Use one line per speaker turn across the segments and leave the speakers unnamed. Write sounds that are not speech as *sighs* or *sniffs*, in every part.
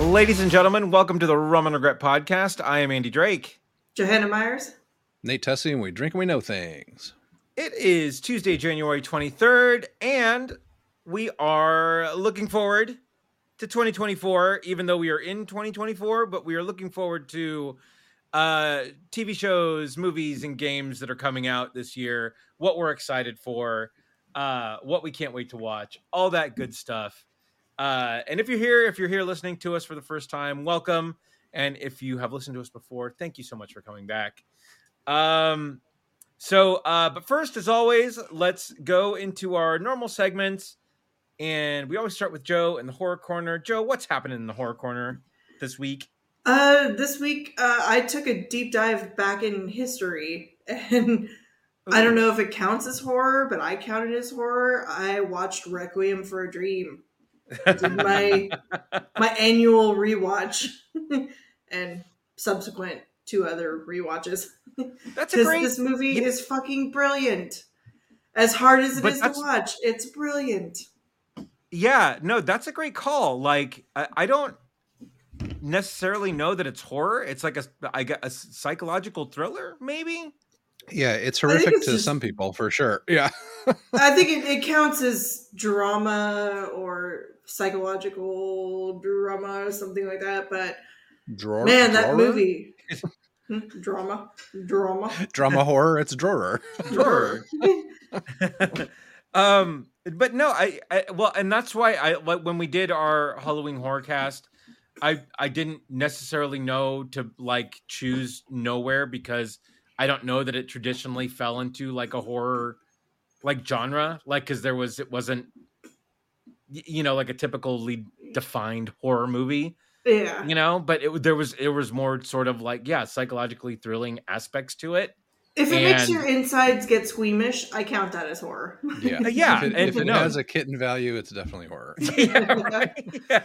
Ladies and gentlemen, welcome to the Rum and Regret podcast. I am Andy Drake.
Johanna Myers.
Nate Tessie, and we drink and we know things.
It is Tuesday, January 23rd, and we are looking forward to 2024, even though we are in 2024, but we are looking forward to uh, TV shows, movies, and games that are coming out this year, what we're excited for, uh, what we can't wait to watch, all that good stuff. Uh, and if you're here, if you're here listening to us for the first time, welcome. And if you have listened to us before, thank you so much for coming back. Um, so, uh, but first, as always, let's go into our normal segments. And we always start with Joe in the horror corner. Joe, what's happening in the horror corner this week?
Uh, this week uh, I took a deep dive back in history, *laughs* and I
*laughs*
don't know if it counts as horror, but I count it as horror. I watched Requiem for a Dream,
*laughs*
Did my my annual rewatch, *laughs* and subsequent two other rewatches.
That's a
Because
great.
this movie
you-
is fucking brilliant. As hard as it
But
is to
that's-
watch, it's brilliant.
Yeah, no, that's a great call. Like, I, I don't necessarily know that it's horror. It's like a, I gue- a psychological thriller, maybe.
Yeah, it's
think
horrific
it's
to
just-
some people for sure. Yeah.
I think it, it counts as drama or psychological drama or something like that. But
Drawer.
man, that
*laughs*
drawer?
movie Hmm, drama, drama,
Drama horror, it's drawer.
Horror. um, but no, I, I well, and that's why I like, when we did our Halloween horror cast, I I didn't necessarily know to like choose nowhere because I don't know that it traditionally fell into like a horror like genre, like because there was it wasn't y- you know like a typically defined horror movie
yeah.
you know but it there was it was more sort of like yeah psychologically thrilling aspects to it *laughs*
If it makes
And-
your insides get squeamish, I count that as horror.
Yeah.
Uh, yeah,
If it,
and
if it
no.
has a kitten value, it's definitely horror.
yeah, *laughs* right? Yeah.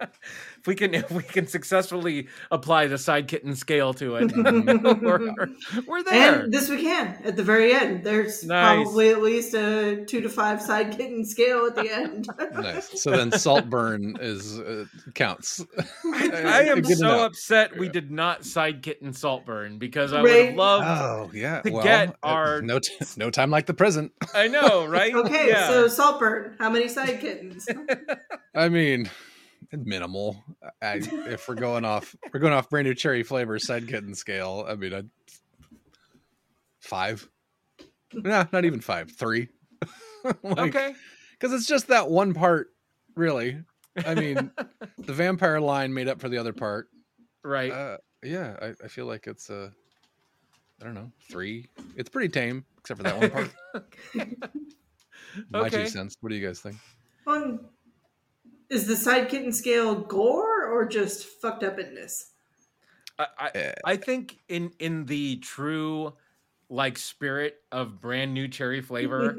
if *laughs* we can if we can successfully apply the side kitten scale to
*laughs*
it *laughs* we're, we're there
And this we can at the very end. There's
Nice.
probably at least a two to five side kitten scale at the end.
nice. So then Saltburn is uh, counts.
I,
*laughs*
I am
Good
so
enough.
upset we
Yeah.
did not side kitten saltburn because i would
Right.
have loved
Oh yeah.
To
well,
get
uh,
our-
no t- no time like the present.
i
*laughs*
know right
*laughs* Okay,
yeah.
so Saltburn, how many side kittens?
I mean, minimal. I, if we're going off, we're going off brand new cherry flavor side kitten scale. I mean, i five. Nah, not even five. Three.
*laughs*
*laughs*
okay
Because it's just that one part, really.
*laughs*
I mean, the vampire line made up for the other part.
right
Uh, yeah, I, I feel like it's uh, I don't know, three. It's pretty tame, except for that
*laughs*
one part. My
Okay.
two cents. What do you guys think?
Um, is the side kitten scale gore or just fucked upness?
I, I,
Eh.
I think in in the true like spirit of brand new cherry
*laughs*
flavor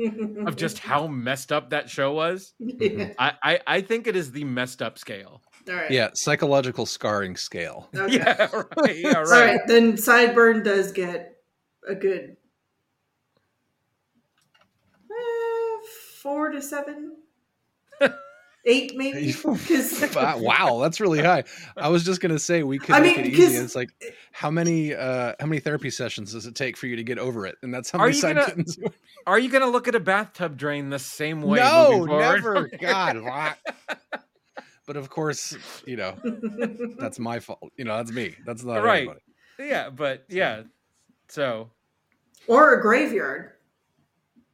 of just Mm-hmm. how messed up that show was
yeah.
I, I i think it is the messed up scale *laughs*
All right.
Yeah, psychological
*laughs*
scarring scale.
Okay.
yeah right yeah
All
right
right. Then sideburn does get a good eh, four to seven, eight
*laughs*
maybe. Because *laughs*
Fi- wow, that's really high. I was just gonna say we could
I
make
mean,
it easy.
'cause-
It's like how many uh how many therapy sessions does it take for you to get over it? And that's how
Are
many
you
side
gonna-
kittens. *laughs*
are you gonna look at a bathtub drain the same way
No,
moving forward?
never. God, why? But of course, you know that's my fault. You know that's me. That's not
Right.
everybody.
*laughs* yeah but yeah so
or a graveyard.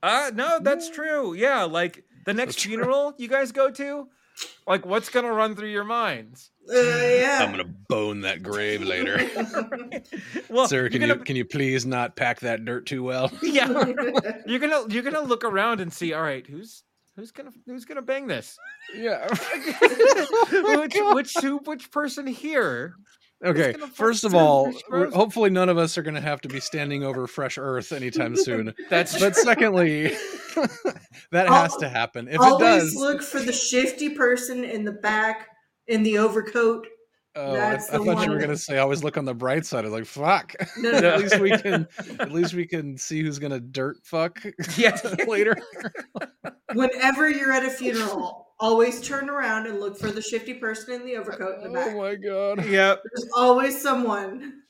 uh no that's true yeah like the next
true.
funeral you guys go to like what's gonna run through your
*laughs*
minds
Uh, yeah.
I'm gonna bone that
*laughs*
grave later,
*laughs* well
sir.
you're
Can
gonna
you can you please not pack that dirt too well?
*laughs* yeah you're gonna you're gonna look around and see all right who's who's gonna who's gonna bang
*laughs*
this *laughs*
Yeah. Oh
which which who, which person here
Okay,
gonna fuck
first of
through
all,
fresh
we're-
growth?
hopefully none of us are going to have to be standing over fresh earth anytime soon.
that's
But secondly, *laughs* that
Al-
has to happen. If it
Always
does,
look for the shifty person in the back in the overcoat.
oh, I, I
that's
thought
the
you were
one.
going to say always look on the bright side. I was like, fuck. *laughs*
No, no,
No.
at least we
*laughs*
can, at least we can see who's going to dirt fuck
*laughs*
*laughs*
yeah
*laughs*
later.
whenever you're at a funeral, Always turn around and look for the shifty person in the overcoat in the
Oh
back.
my god.
Yep.
There's always someone.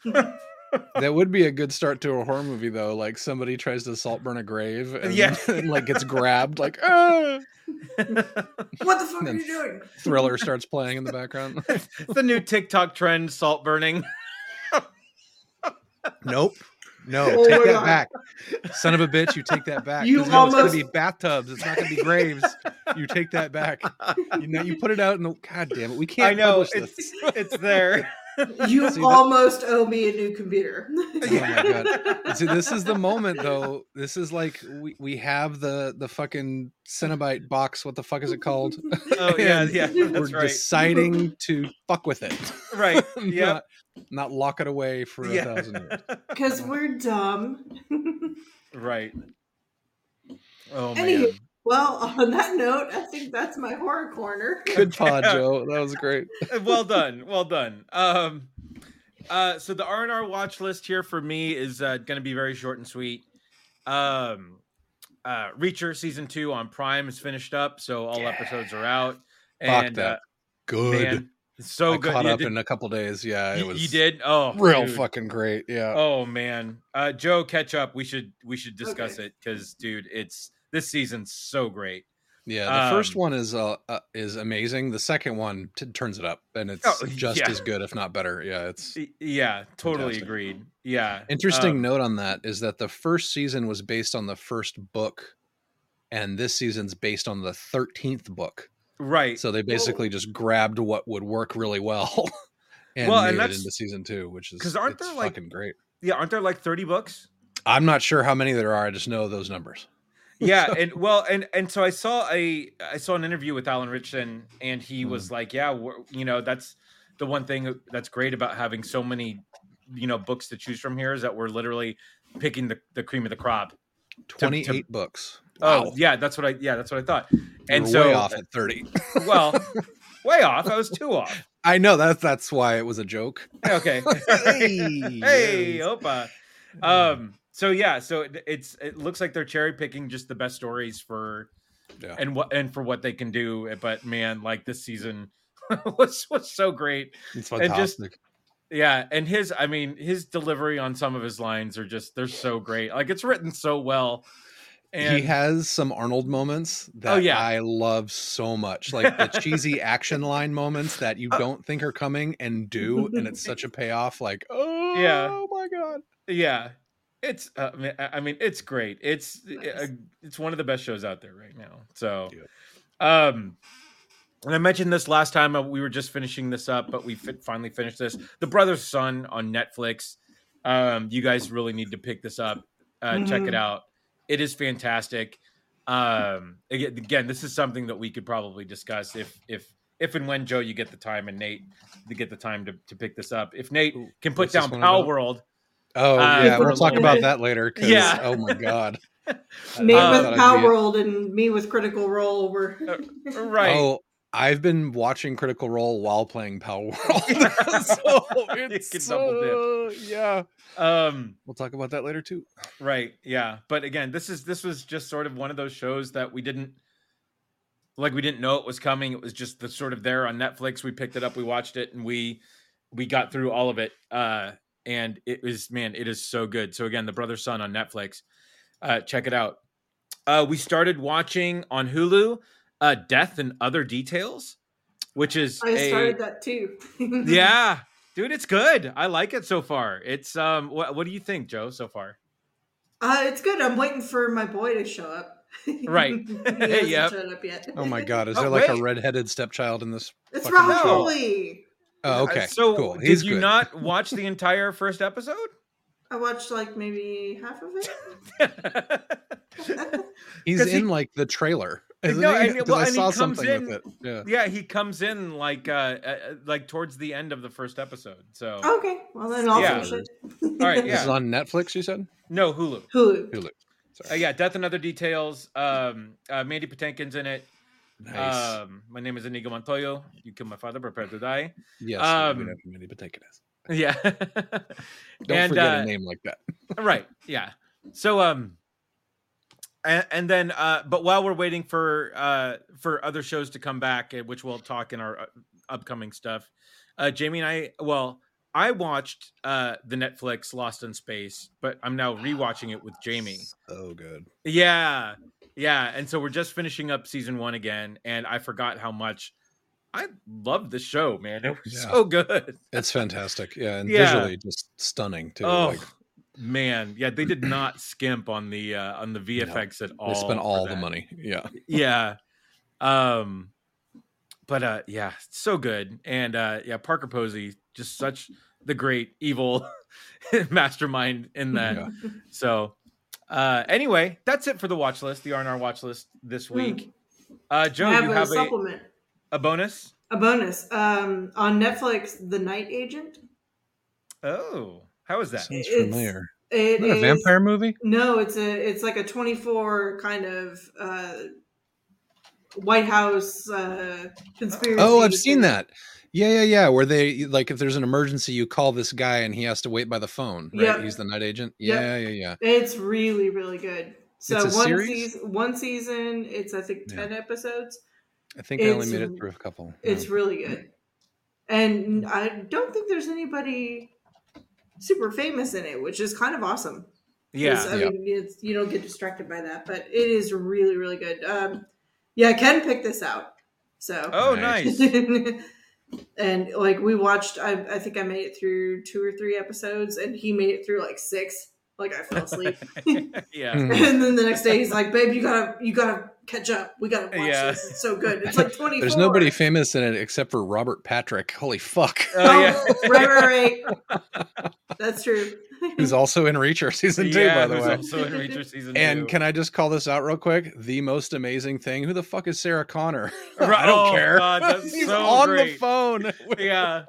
That would be a good start to a horror movie though. Like somebody tries to salt burn a grave and,
Yeah.
and, *laughs* like
*laughs*
gets grabbed, like ah!
What the fuck are
Then
you doing?
*laughs* thriller starts playing in the background.
the new TikTok trend, salt burning.
nope. No,
Oh my
take that
God.
back. Son of a bitch, you take that back.
You
'Cause no, it's
almost-
gonna be bathtubs, it's not gonna be graves. You take that back. You know, you put it out in the god damn it. We can't
I know
publish this.
it's it's there.
You
See, that-
almost owe me a new computer.
Oh my god. See, this is the moment though. This is like we, we have the the fucking Cenobite box. What the fuck is
*laughs*
it called?
*laughs*
*laughs*
Oh *laughs* yeah,
And
yeah. That's
We're
right.
deciding to fuck with it. *laughs*
*laughs* Right. Yeah.
not, not lock it away for a
Yeah.
thousand years.
*laughs*
Because we're dumb. *laughs*
Right. Oh
Anywho.
man.
well, on that note, I think that's my horror corner.
Good pod, Joe. That was great.
Uh, well done. Well done. Um uh so the R&R watch list here for me is uh, going to be very short and sweet. Um uh Reacher season 2 on Prime is finished up, so all
Yeah.
episodes are out
Fuck
and
that.
uh,
Good.
man, it's so
I
Oh, good.
caught
You
up
did-
in a couple days. Yeah, it
you,
was
you did? Oh,
real
dude.
fucking great. Yeah.
Oh man, uh, Joe, catch up. We should we should discuss
Okay.
it because, dude, it's this season's so great.
Yeah, the first
Um,
one is uh, uh is amazing. The second one t- turns it up, and it's
Oh, *laughs*
just
yeah.
as good, if not better. Yeah, it's
Y- Yeah, totally
Fantastic.
agreed. Yeah,
interesting.
Um,
note on that is that the first season was based on the first book, and this season's based on the thirteenth book.
right.
So they basically just grabbed what would work really well, *laughs* and
Well,
made
and
it
that's-
into season two, which is
'Cause aren't
it's
there, like-
fucking great.
yeah, aren't there like thirty
*laughs*
books?
I'm not sure how many there are. I just know those numbers.
yeah and well and and so i saw a i saw an interview with alan richson and he
Hmm.
was like yeah we're- you know that's the one thing that's great about having so many you know books to choose from here is that we're literally picking the, the cream of the crop
Twenty eight books.
oh yeah that's what i yeah that's what i thought and
and
so
way off at thirty.
well way off i was too off
*laughs* I know that's that's why it was a joke. *laughs*
okay hey opa um so yeah so it, it's it looks like they're cherry picking just the best stories for
Yeah.
and what and for what they can do but man like this season *laughs* was was so great
It's
and just-
fantastic.
yeah and his i mean his delivery on some of his lines are just they're so great like it's written so well and Oh,
he has some Arnold moments that
yeah.
I love
*laughs*
so much, like the cheesy action line moments that
Uh
you don't think are coming and do, and it's
*laughs*
such a payoff. Like, oh
Yeah.
my god,
yeah it's uh, ma- i I mean it's great it's
Nice.
uh, it's one of the best shows out there right now so
Yeah.
um and i mentioned this last time uh, we were just finishing this up but we fi- finally finished this the brother's son on netflix um you guys really need to pick this up uh check
Mm-hmm.
it
Mhm.
out it is fantastic um aga- again this is something that we could probably discuss if if if and when joe you get the time and nate to get the time to, to pick this up if nate
Ooh,
can put
what's this
down
one
power
about?
world
oh
Uh,
yeah,
for
we'll
a
talk
little
about
bit.
that later. 'cause,
Yeah.
oh my
*laughs*
god,
Uh,
Nate
Thought I'd
with
be
Power
it.
World and me with Critical Role were.
right
Oh, I've been watching Critical Role while playing Power *laughs* World.
*laughs*
so it's
can double
so- yeah.
um
We'll talk about that later too.
right yeah but again this is this was just sort of one of those shows that we didn't like we didn't know it was coming it was just the sort of there on netflix we picked it up we watched it and we we got through all of it uh and it was man it is so good so again the brother son on netflix uh check it out uh we started watching on hulu uh death and other details which is
I
a-
started that too. *laughs*
yeah dude it's good i like it so far it's um what, what do you think joe so far
Uh, it's good. I'm waiting for my boy to show up.
Right.
*laughs* he
*laughs*
hasn't
Yep.
showed up yet.
Oh
*laughs*
my god, is
Oh,
there like
wait.
a redheaded stepchild in this?
It's
fucking
Robert
show.
Foley.
Oh,
Uh,
okay.
So
cool.
did
He's
you
good.
not
*laughs*
watch the entire first episode? *laughs*
I watched like maybe half of
*laughs*
it.
He's
'Cause he-
in like the trailer.
*laughs* No,
Isn't he?
and-
'Cause
well,
I
and he
saw
comes
something
in-
with it. Yeah.
yeah, he comes in like uh, uh like towards the end of the first episode. So
okay. Well, then I'll
Yeah.
finish it.
all right,
This
*laughs*
is
yeah.
on Netflix, you said?
No Hulu.
*laughs* Hulu.
Hulu.
Uh, yeah, Death and Other Details. Um uh, Mandy Patinkin's in it.
Nice.
Um my name is Inigo Montoyo. You killed my father, prepare to die. *laughs*
yes.
um,
we don't have many, but take it as.
Yeah.
Don't
and,
forget
uh,
a name like that.
right. Yeah. So um and, and then uh but while we're waiting for uh for other shows to come back uh, which we'll talk in our uh, upcoming stuff uh jamie and i well i watched uh the netflix lost in space but i'm now rewatching it with jamie
So Oh, good.
yeah yeah and so we're just finishing up season one again and i forgot how much i loved the show man it was
Yeah.
so good
It's fantastic. Yeah, and
Yeah.
visually just stunning too.
oh
like
man yeah they did
*clears throat*
not skimp on the uh on the vfx at all
they spent
for
all the
that.
money. Yeah.
yeah um but uh yeah so good and uh yeah parker posey just such the great evil *laughs* mastermind in that
Yeah.
so uh anyway that's it for the watch list the r&r watch list this week uh joe
I Hmm. have
you
a
have a,
supplement,
a bonus
a bonus. Um, on Netflix, The Night Agent.
oh how is that
Sounds
It's-
familiar.
It
Isn't that a
is-
vampire movie?
No, it's a it's like a twenty four kind of uh, White House uh, conspiracy.
Oh, I've seen that. Yeah, yeah, yeah. Where they like if there's an emergency, you call this guy and he has to wait by the phone. Right?
Yep.
He's the night agent.
Yep.
Yeah, yeah, yeah.
It's really really good. So
It's a
one
series?
season, one season. It's I think
Yeah.
ten episodes.
I think I only
It's-
made it through a couple. Hmm. Yeah.
It's really good, and I don't think there's anybody super famous in it, which is kind of awesome. 'Cause,
yeah
I
Yeah.
mean, it's, you don't get distracted by that, but it is really really good. Um, yeah, Ken picked this out. So *laughs*
oh
Nice.
nice *laughs*
and like we watched I, I think i made it through two or three episodes and he made it through like six like i fell asleep
yeah
*laughs* Mhm.
and then the next day he's like babe you gotta you gotta catch up we gotta watch
Yeah.
this it's so good it's like 24
There's nobody famous in it except for Robert Patrick. Holy fuck. *laughs*
oh yeah
right right right that's true *laughs*
Who's also in Reacher season two,
yeah,
by the
who's
way.
also in Reacher season two.
And can I just call this out real quick? The most amazing thing. Who the fuck is Sarah Connor? *laughs*
Right-
I don't
oh,
care. *laughs*
God, that's
He's
so
on the
great.
phone.
yeah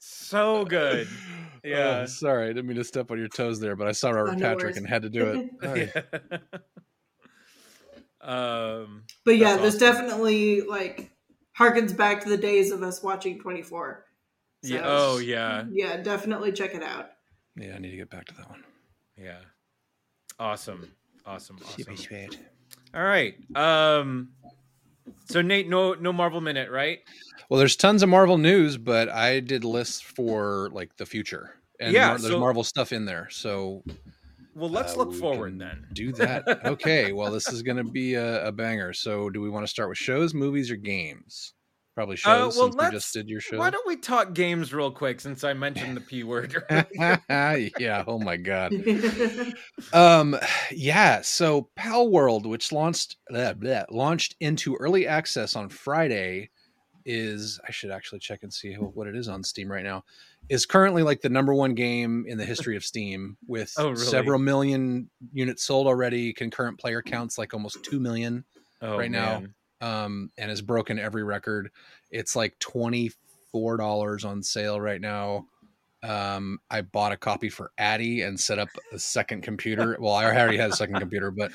so
*laughs*
good Yeah.
Oh, sorry, I didn't mean to step on your toes there, but I saw Robert
no
Patrick
worries.
and had to do
*laughs*
it. Sorry.
*laughs* um
but yeah
That's
there's
awesome.
definitely like harkens back to the days of us watching 24
yeah,
So,
oh yeah
yeah definitely check it out
Yeah, I need to get back to that one.
yeah awesome awesome, awesome. all right um so nate no no marvel minute right
Well, there's tons of Marvel news, but I did lists for like the future. And
Yeah,
Mar- there's
so-
Marvel stuff in there. So
well let's
uh,
look
we
forward
can
then
Do that. Okay. Well, this is going to be a, a banger. So, do we want to start with shows, movies, or games? Probably
Uh,
shows.
well,
since we
let's-
just did your show.
why don't we talk games real quick since i mentioned the p
*laughs*
word *laughs*
yeah. Oh my god.
*laughs*
Um. Yeah. So, Pal World, which launched blah, blah, launched into early access on Friday, is I should actually check and see who- what it is on Steam right now. Is currently like the number one game in the history of Steam with
*laughs* Oh, really?
several million units sold already. Concurrent player counts like almost two million.
oh,
Right now.
man.
um, and has broken every record. It's like twenty four dollars on sale right now. Um, I bought a copy for Addy and set up a second computer. Well, I already had a second computer, but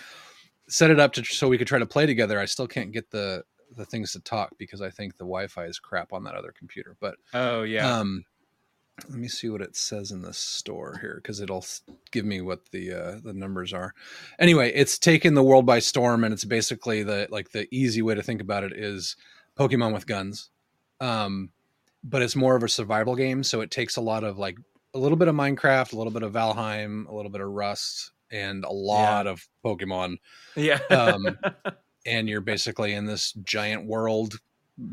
set it up to so we could try to play together. I still can't get the the things to talk because I think the Wi-Fi is crap on that other computer. But
oh yeah
um, let me see what it says in the store here because it'll s- give me what the uh, the numbers are. Anyway, it's taken the world by storm, and it's basically the like the easy way to think about it is Pokemon with guns, um, but it's more of a survival game. So it takes a lot of like a little bit of Minecraft, a little bit of Valheim, a little bit of Rust, and a lot of Pokemon
yeah
um, and you're basically in this giant world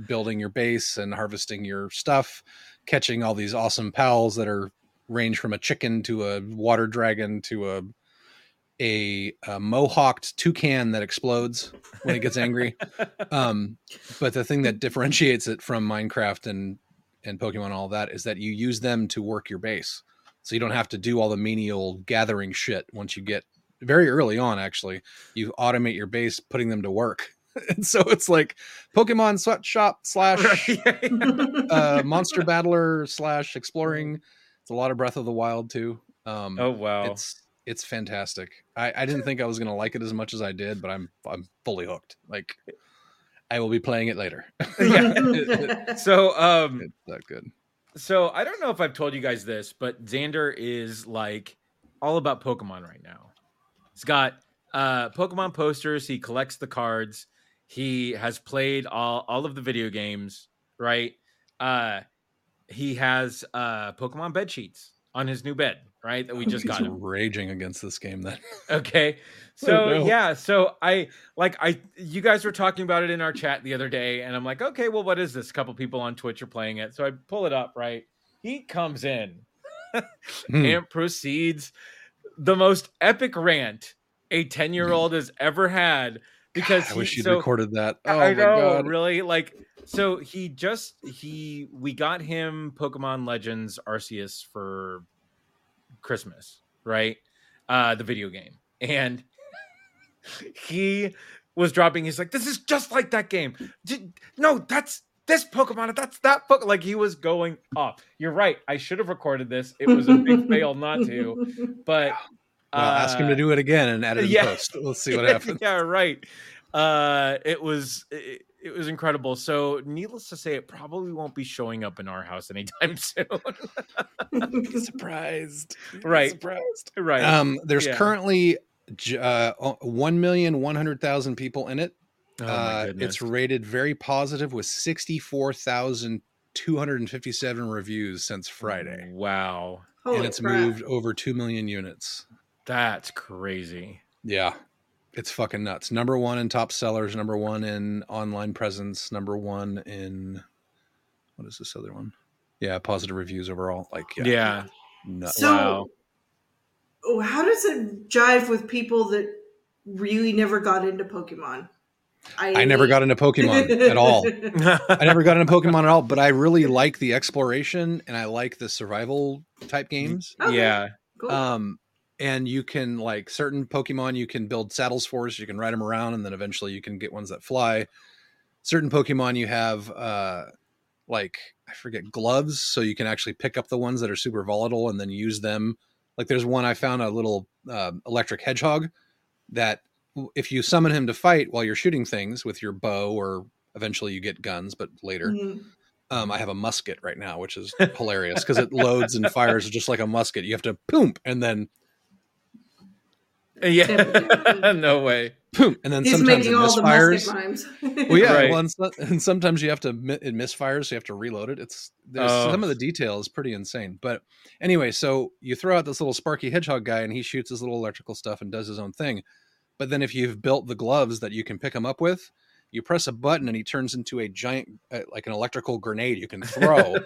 building your base and harvesting your stuff catching all these awesome pals that are range from a chicken to a water dragon to a a, a mohawked toucan that explodes when it gets angry um but the thing that differentiates it from minecraft and and pokemon and all that is that you use them to work your base so you don't have to do all the menial gathering shit once you get very early on actually you automate your base putting them to work *laughs* and so it's like pokemon sweatshop slash
*laughs* Right.
uh monster battler slash exploring it's a lot of breath of the wild too um
*laughs* oh wow
it's it's fantastic i i didn't think i was gonna like it as much as i did but i'm i'm fully hooked like i will be playing it later *laughs*
yeah so um
it's that good
So I don't know if I've told you guys this, but Xander is like all about Pokemon right now. He's got uh, Pokemon posters. He collects the cards. He has played all all of the video games. Right. Uh, he has uh, Pokemon bed sheets on his new bed. Right. That we just
He's
got him.
raging against this game then. *laughs*
Okay. So
no.
yeah. So I like I you guys were talking about it in our chat the other day, and I'm like, okay, well, what is this? A couple people on Twitch are playing it. So I pull it up. Right. He comes in.
Hmm.
*laughs* and proceeds the most epic rant a 10 year old has ever had because
God, I
he,
wish you'd
so,
recorded that. Oh
I
my
know,
god.
really. Like, so he just he we got him Pokemon Legends Arceus for Christmas, right? Uh, the video game, and *laughs* he was dropping. He's like, "This is just like that game. J- No, that's." This Pokemon, that's that Pokemon. Like he was going off. You're right. I should have recorded this. It was a big fail not to.
*laughs*
But
Well, ask him
uh,
to do it again and edit in
yeah.
post. Let's
*laughs*
see what happens.
yeah, right. Uh, it was it, it was incredible. So, needless to say, it probably won't be showing up in our house *laughs* anytime soon.
surprised.
Right.
Surprised.
right.
Um, there's
Yeah.
currently j- uh, one million one hundred thousand people in it.
oh
uh, it's rated very positive with sixty four thousand two hundred and fifty seven reviews since
Mm.
Friday,
Wow,
Holy
and it's
crap.
moved over two million units.
that's crazy.
Yeah, it's fucking nuts. Number one in top sellers. Number one in online presence. Number one in what is this other one? Yeah, positive reviews overall. Like
Yeah.
yeah, nuts.
So,
Wow.
oh, how does it jive with people that really never got into Pokemon?
I never got
*laughs*
into Pokemon at all.
*laughs*
I never got into Pokemon at all, but I really like the exploration and I like the survival type games.
Okay,
Yeah.
cool.
Um, and you can like certain Pokemon, you can build saddles for, so you can ride them around, and then eventually you can get ones that fly. Certain Pokemon you have, uh, like I forget gloves, so you can actually pick up the ones that are super volatile and then use them. Like there's one I found a little um electric hedgehog that w- if you summon him to fight while you're shooting things with your bow or eventually you get guns but later
Mhm.
um, I have a musket right now, which is hilarious because it loads and fires just like a musket. You have to poom and then
yeah. *laughs* no way.
poom and then
He's
sometimes it
making all the
misfires.
musket rhymes.
*laughs* Well, yeah,
Right.
well, and, so- and sometimes you have to mi- it misfires, so you have to reload it. It's there's
Oh.
some of the detail is pretty insane, but anyway, so you throw out this little Sparky Hedgehog guy, and he shoots his little electrical stuff and does his own thing. But then if you've built the gloves that you can pick him up with, you press a button and he turns into a giant, uh, like an electrical grenade you
*laughs*
can throw.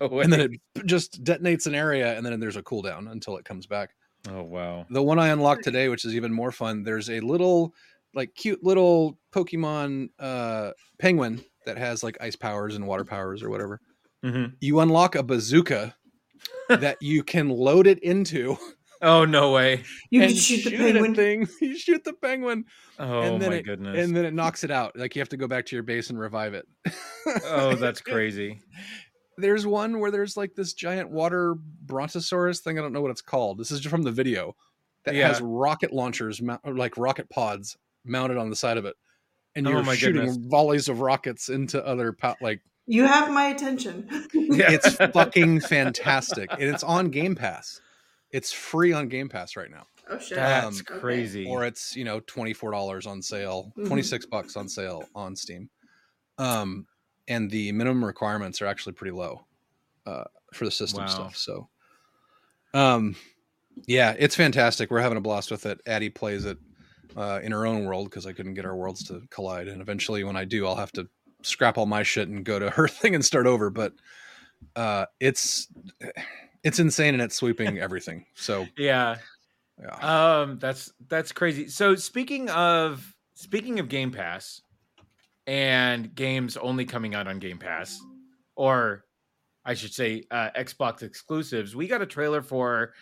no way.
and then it just detonates an area and then there's a cooldown until it comes back
oh wow.
the one i unlocked today which is even more fun there's a little like cute little pokemon uh penguin that has like ice powers and water powers or whatever
Mhm.
you unlock a bazooka
*laughs*
that you can load it into
Oh no way.
*laughs* you
and
can shoot the
shoot at
penguin.
things. *laughs* you shoot the penguin
Oh
And then
my
it-
goodness.
and then it knocks it out like you have to go back to your base and revive it *laughs*
oh, that's crazy.
there's one where there's like this giant water brontosaurus thing. I don't know what it's called. This is from the video that has
Yeah.
rocket launchers, mou- or, like rocket pods mounted on the side of it, and
Oh
you're
my
shooting
goodness.
volleys of rockets into other po- like
You have my attention.
*laughs* Yeah.
it's fucking fantastic, and it's on Game Pass. It's free on Game Pass right now,
oh shit.
That's
Um,
Okay.
crazy.
or it's you know twenty four dollars on sale,
Mm-hmm.
Mhm.
twenty six bucks on sale on Steam, um, and the minimum requirements are actually pretty low uh, for the system
Wow.
stuff. So, um, yeah, it's fantastic. We're having a blast with it. Addie plays it uh, in her own world because I couldn't get our worlds to collide, and eventually, when I do, I'll have to scrap all my shit and go to *laughs* her thing and start over. But uh, it's it's insane and it's sweeping everything. So
yeah.
yeah.
Um, that's that's crazy. So speaking of speaking of Game Pass and games only coming out on Game Pass, or I should say uh, Xbox exclusives, we got a trailer for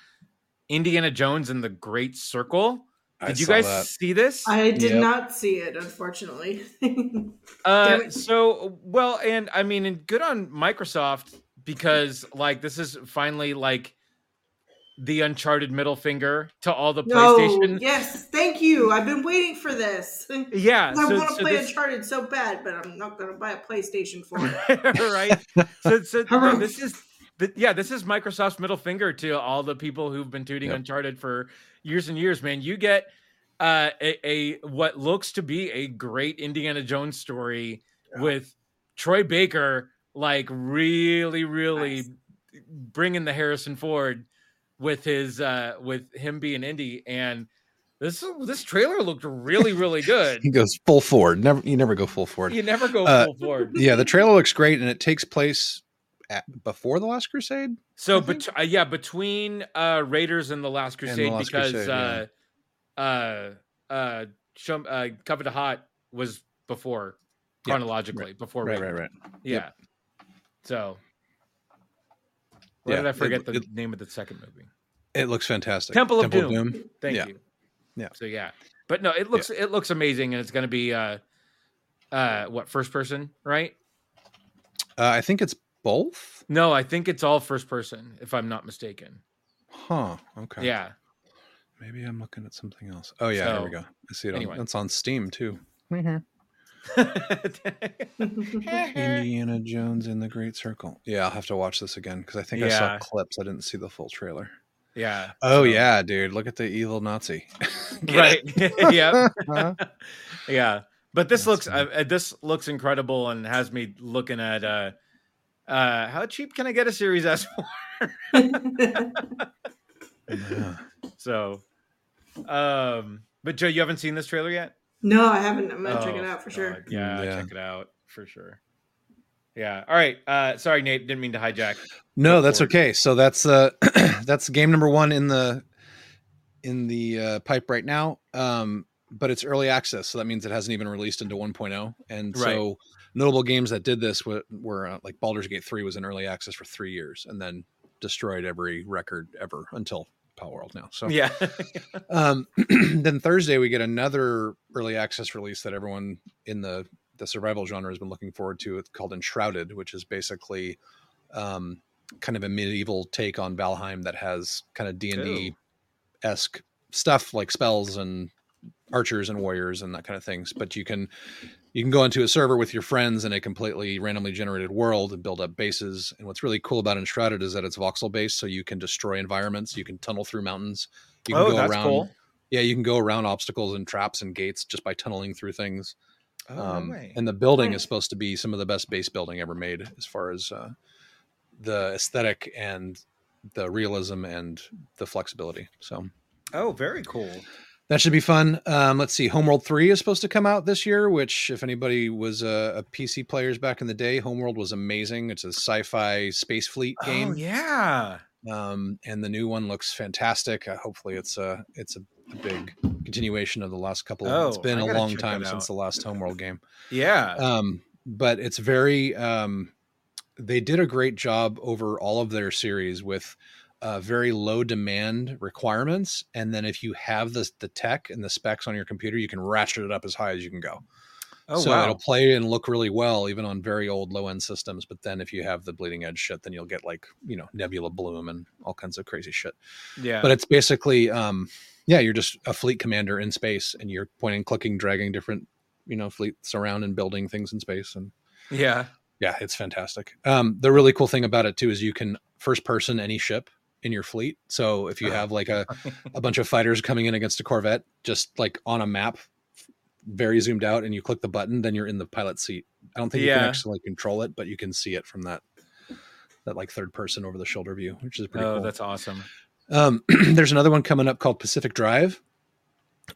Indiana Jones and the Great Circle.
I
Did you
saw
guys
that.
see this?
I did
Yep.
not see it, unfortunately. *laughs* Damn
Uh,
it.
so well, and I mean, and good on Microsoft because like this is finally like the uncharted middle finger to all the
no.
PlayStation.
Yes. Thank you. I've been waiting for this. *laughs*
Yeah,
I
so-
want to
so
play
this-
Uncharted so bad, but I'm not going to buy a PlayStation for
*laughs*
it.
right? So, so no,
Harumph.
this is, th- yeah, this is Microsoft's middle finger to all the people who've been tooting
Yep.
Uncharted for years and years. Man, you get uh, a, a what looks to be a great Indiana Jones story
Yeah.
with Troy Baker like really really
Nice.
bringing the Harrison Ford with his uh with him being Indy and this this trailer looked really really
*laughs*
good.
He goes full forward. Never you never go full forward.
you never go
Uh,
full forward.
yeah, the trailer looks great, and it takes place at, before the Last Crusade.
So,
I think-
bet- uh, yeah, between uh, Raiders and the Last
Mm-hmm. And The
Crusade,
Last
because
Crusade,
uh, uh, uh, Shum, uh, Covet the Hot was before
Yeah,
chronologically, before
Right,
Raiders.
right, right.
Yeah.
yep.
So, why
Yeah,
did I
it-
forget the
it-
name of the second movie?
It looks fantastic.
Temple of Doom.
Doom.
Thank
Yeah.
you.
Yeah.
So yeah, but no, it looks it looks amazing, and it's going to be uh, uh, what first person, right?
Uh, I think it's both.
No, I think it's all first person, if I'm not mistaken.
Huh. Okay.
Yeah.
Maybe I'm looking at something else. Oh yeah, here we
So,
go. I see it.
anyway.
On, it's on Steam too. Indiana Jones in the Great Circle. Yeah, I'll have to watch this again because I think I
Yeah.
saw clips. I didn't see the full trailer.
*laughs* yeah.
Oh
So-
yeah, dude! Look at the evil Nazi. *laughs*
right *laughs* yeah
Huh?
*laughs*
*laughs*
yeah but this
That's
looks uh,
funny.
uh, this looks incredible and has me looking at uh uh how cheap can i get a series s *laughs* for
Yeah.
so um but joe you haven't seen this trailer yet
*laughs* no, I haven't. I'm gonna check
Oh,
it out for sure.
God, yeah,
Mm, Yeah.
check it out for sure yeah all right uh sorry nate didn't mean to hijack
No,
Look
that's
forward.
okay. So that's uh *clears throat* that's game number one in the in the uh, pipe right now. Um, but it's early access, so that means it hasn't even released into 1.0. And so notable games that did this were, were uh, like Baldur's Gate 3 was in early access for three years and then destroyed every record ever until Power World now. So
yeah
um, *clears throat* then Thursday we get another early access release that everyone in the the survival genre has been looking forward to. It's called Enshrouded, which is basically um, kind of a medieval take on Valheim that has kind of D and D esque stuff like spells and archers and warriors and that kind of things. But you can you can go into a server with your friends in a completely randomly generated world and build up bases. And what's really cool about Enshrouded is that it's voxel based, so you can destroy environments, you can tunnel through mountains, you can
*laughs* oh
go
that's
around
cool
yeah, you can go around obstacles and traps and gates just by tunneling through things.
oh, no
um,
way.
and the building is
Nice.
supposed to be some of the best base building ever made, as far as uh, the aesthetic and the realism and the flexibility. So
oh very cool
that should be fun. Um, let's see, Homeworld Three is supposed to come out this year. Which, if anybody was a, a PC players back in the day, Homeworld was amazing. It's a sci-fi space fleet game
oh yeah
um, and the new one looks fantastic. Uh, hopefully, it's a it's a, a big continuation of the last couple. it's
Oh,
been
I
a
gotta
long
check
time
that
since
out. Uh,
the last Homeworld
*laughs*
game,
yeah
um, but it's very. Um, they did a great job over all of their series with uh, very low demand requirements, and then if you have the the tech and the specs on your computer, you can ratchet it up as high as you can go
oh
so
wow
it'll play and look really well even on very old low end systems but then if you have the bleeding edge shit then you'll get like you know nebula bloom and all kinds of crazy shit
yeah
but it's basically um yeah you're just a fleet commander in space and you're pointing clicking dragging different you know fleets around and building things in space and
yeah
yeah it's fantastic um the really cool thing about it too is you can first person any ship in your fleet so if
Uh-huh.
you
*laughs*
have like a a bunch of fighters coming in against a corvette just like on a map very zoomed out and you click the button then you're in the pilot seat i don't think you
Yeah.
can actually control it but you can see it from that that like third person over the shoulder view which is pretty
oh
cool
that's
*laughs*
awesome *laughs*
um, *clears throat* there's another one coming up called Pacific Drive,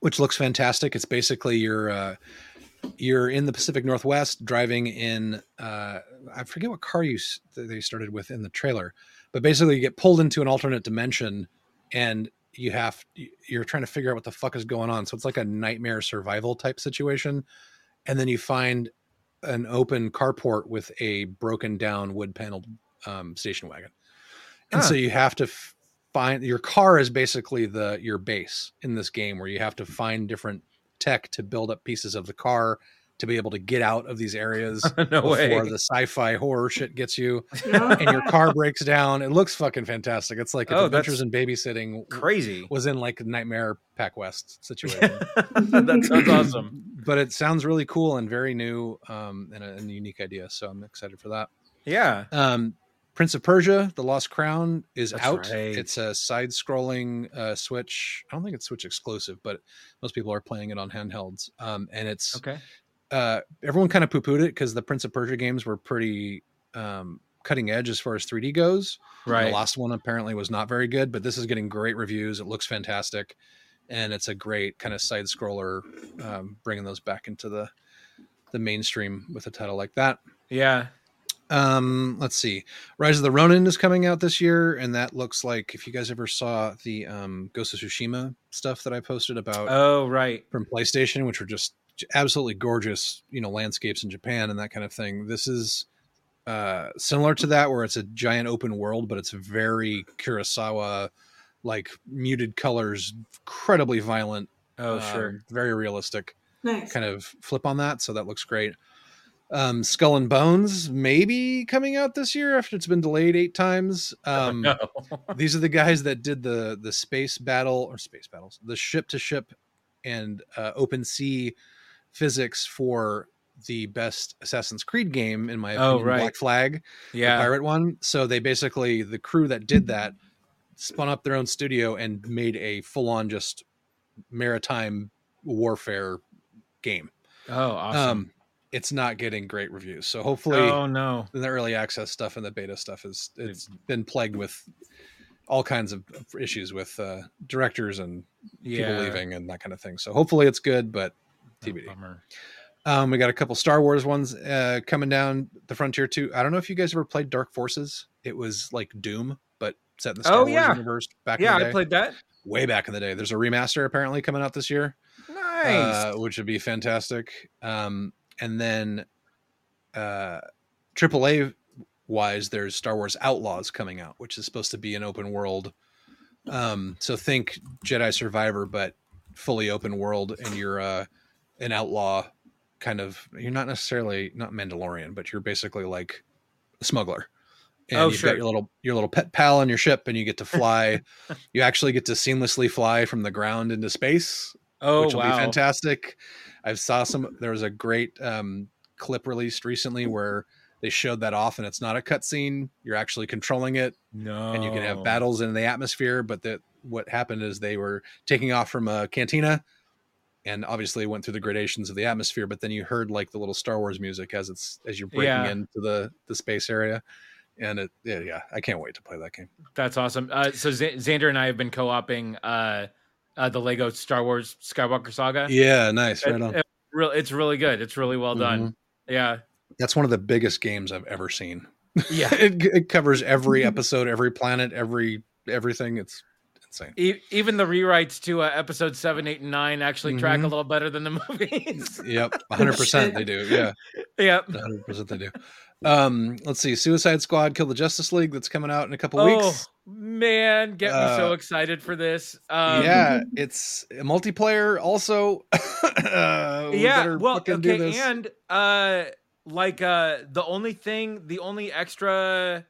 which looks fantastic. It's basically you're uh, you're in the Pacific Northwest driving in uh, I forget what car you s- that they started with in the trailer, but basically you get pulled into an alternate dimension and you have you're trying to figure out what the fuck is going on. So it's like a nightmare survival type situation, and then you find an open carport with a broken down wood paneled um, station wagon, and
Huh.
so you have to f- find your car is basically the your base in this game where you have to find different tech to build up pieces of the car to be able to get out of these areas
no
before
way
the sci-fi horror shit gets you *laughs* and
No.
your
*laughs*
car breaks down. It looks fucking fantastic. It's like if
Oh,
Adventures in Babysitting
crazy
was in like Nightmare Pack West
*laughs*
situation.
that sounds awesome
but it sounds really cool and very new um, and a, and a unique idea. So I'm excited for that.
yeah
Um, Prince of Persia: The Lost Crown is
That's
out.
right.
It's a side-scrolling uh, Switch. I don't think it's Switch exclusive, but most people are playing it on handhelds. Um, and it's
Okay.
uh, everyone kind of poo-pooed it because the Prince of Persia games were pretty um, cutting edge as far as 3D goes.
Right.
The last one apparently was not very good, but this is getting great reviews. It looks fantastic, and it's a great kind of side scroller, um, bringing those back into the the mainstream with a title like that.
Yeah.
Um, let's see, Rise of the Ronin is coming out this year, and that looks like if you guys ever saw the um, Ghost of Tsushima stuff that I posted about
Oh, right.
from PlayStation, which were just absolutely gorgeous, you know, landscapes in Japan and that kind of thing. This is uh, similar to that, where it's a giant open world, but it's very Kurosawa, like muted colors, incredibly violent,
Oh,
um,
sure.
very realistic
*laughs* Nice. *laughs*
kind of flip on that. So that looks great. Um, Skull and Bones maybe coming out this year after it's been delayed eight times. Um,
no.
these are the guys that did the the space battle or space battles the ship to ship and uh, open sea physics for the best assassin's creed game in my
Oh,
opinion
right.
black flag
*laughs*
the
yeah.
pirate one so they basically the crew that did that spun up their own studio and made a full-on just maritime warfare game
Oh, awesome.
um it's not getting great reviews so hopefully
oh no.
the early access stuff and the beta stuff is it's been plagued with all kinds of issues with uh, directors and
Yeah.
people leaving and that kind of thing. So hopefully it's good, but
Oh,
TBD.
bummer.
um, we got a couple Star Wars ones uh, coming down the frontier too. I don't know if you guys ever played Dark Forces. It was like Doom, but set in the Star
Oh,
Wars
yeah.
universe back
Yeah,
in the
I
day.
played that.
way back in the day. There's a remaster apparently coming out this year
Nice.
uh, which would be fantastic. Um, and then uh, AAA wise, there's Star Wars Outlaws coming out, which is supposed to be an open world. Um, so think Jedi Survivor, but fully open world, and you're uh, an outlaw kind of. You're not necessarily not Mandalorian, but you're basically like a smuggler. And
Oh,
you've
sure.
got your little your little pet pal on your ship, and you get to fly.
*laughs*
you actually get to seamlessly fly from the ground into space,
oh
which will be
wow.
fantastic. I saw some. There was a great um, clip released recently where they showed that off, and it's not a cutscene. You're actually controlling it,
No.
and you can have battles in the atmosphere. But that what happened is they were taking off from a cantina, and obviously went through the gradations of the atmosphere. But then you heard like the little Star Wars music as it's as you're breaking
Yeah.
into the the space area, and it yeah, yeah I can't wait to play that game.
That's awesome. Uh, so Z- Xander and I have been co-oping uh, uh, the Lego Star Wars Skywalker Saga.
Yeah, nice,
It-
right on. Mm-hmm.
it real- it's really good. It's really well done. Yeah.
*laughs* That's one of the biggest games I've ever seen.
Yeah. *laughs*
it, it covers every episode, every planet, every everything. It's insane.
E- even the rewrites to uh, episode seven, eight, and nine actually track a
Mhm.
little better than the *laughs* movies. *laughs*
Yep, 100 percent they do. *laughs* Yeah,
yep.
100 percent they do. Um, let's see, Suicide Squad, Kill the Justice League. That's coming out in a couple
Oh
weeks.
man, get me so
Uh,
excited for this. Um,
yeah, it's a multiplayer. Also, *laughs* uh, we
yeah
better
well
fucking do
okay
this.
and uh like uh the only thing the only extra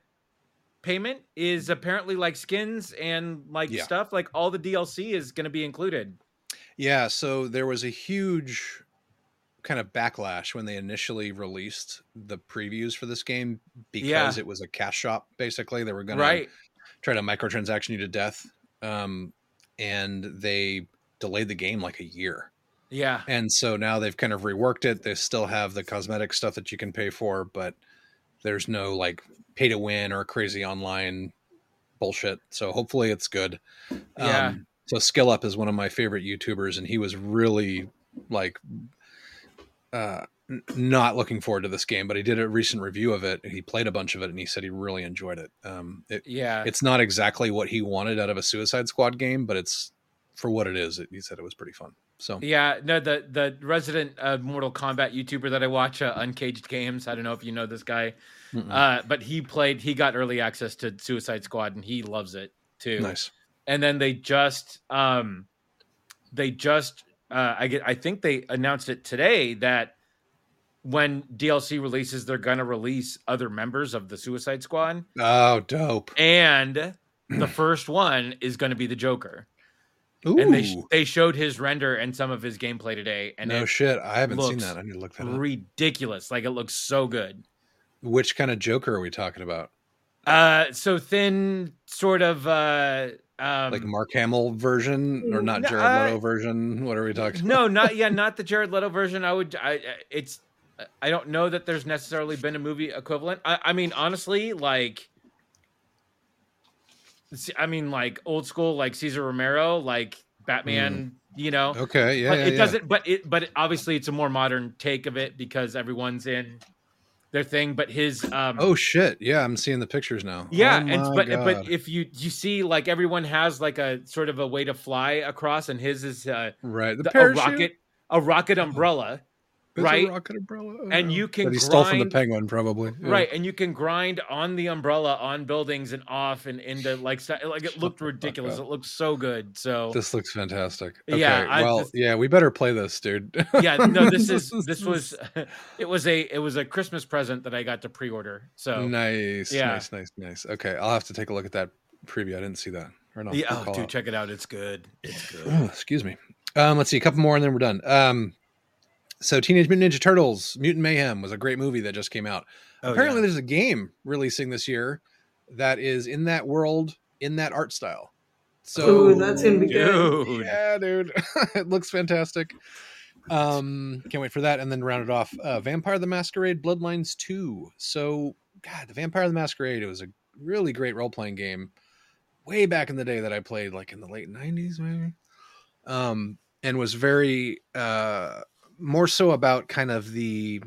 payment is apparently like skins and like
Yeah.
stuff like all the dlc is going to be included
Yeah, so there was a huge kind of backlash when they initially released the previews for this game because it was a cash shop. Basically, they were going
right
to try to microtransaction you to death, um, and they delayed the game like a year.
yeah
And so now they've kind of reworked it. They still have the cosmetic stuff that you can pay for, but there's no like pay to win or crazy online bullshit. So hopefully it's good.
Yeah.
Um, so Skill Up is one of my favorite YouTubers, and he was really like uh, n- not looking forward to this game, but he did a recent review of it. and He played a bunch of it, and he said he really enjoyed it. Um, it
yeah
it's not exactly what he wanted out of a Suicide Squad game, but it's for what it is. It, he said it was pretty fun. So
yeah no the the resident uh, mortal kombat youtuber that i watch uh, uncaged games i don't know if you know this guy
mm-mm.
uh but he played he got early access to suicide squad and he loves it too
nice.
and then they just um they just uh i get i think they announced it today that when dlc releases they're gonna release other members of the suicide squad
Oh, dope. *clears throat*
and the first one is gonna be the joker
Ooh,
and they sh- they showed his render and some of his gameplay today and
no
it's
shit. I haven't seen
looks
that. I need to look that up.
ridiculous like it looks so good
Which kind of Joker are we talking about?
Uh, so thin, sort of. Uh, um,
like Mark Hamill version or not
No,
Jared
I-
Leto version? What are we talking?
no, not yeah, not the Jared Leto version. I would. I I- it's. I don't know that there's necessarily been a movie equivalent. I, I mean, honestly, like. see, I mean, like old school, like Caesar Romero, like Batman. You know,
about? Okay, Hmm. Oh, yeah,
Like,
yeah,
it
yeah.
doesn't. But it. But obviously, it's a more modern take of it because everyone's in their thing. But his. Um,
Oh shit! Yeah, I'm seeing the pictures now.
yeah,
Oh
and
my
but
God.
but if you you see like everyone has like a sort of a way to fly across, and his is uh,
right, the,
the, a
parachute?
rocket a
*laughs*
rocket umbrella,
There's a
right?
rocket umbrella. Oh,
And
no.
you can
that he stole from the
grind-
penguin, probably. Yeah.
right? And you can grind on the umbrella on buildings and off and into like sti- like it looked
the fuck
ridiculous.
up.
It looked so good. So
This looks fantastic. Okay,
Yeah, I
well,
just-
yeah, we better play this, dude.
*laughs* yeah,
*laughs*
no, this is this was *laughs* it was a it was a Christmas present that I got to pre-order. So
nice,
Yeah.
nice, nice, nice. Okay, I'll have to take a look at that preview. I didn't see that. Right on.
yeah,
good
oh,
call
dude,
out.
check it out. It's good. It's
*sniffs* Oh,
good.
*clears throat* excuse me. Um, let's see a couple more and then we're done. Um, so Teenage Mutant Ninja Turtles: Mutant Mayhem was a great movie that just came out.
Oh,
Apparently,
yeah.
there's a game releasing this year that is in that world, in that art style. So
Ooh, that's gonna be
good. Dude.
Yeah, dude, *laughs* it looks fantastic. Um, can't wait for that. And then round it off, uh, Vampire the Masquerade: Bloodlines Two. So, God, the Vampire the Masquerade. It was a really great role playing game, way back in the day that I played, like in the late '90s, maybe. Um, and was very uh, more so about kind of the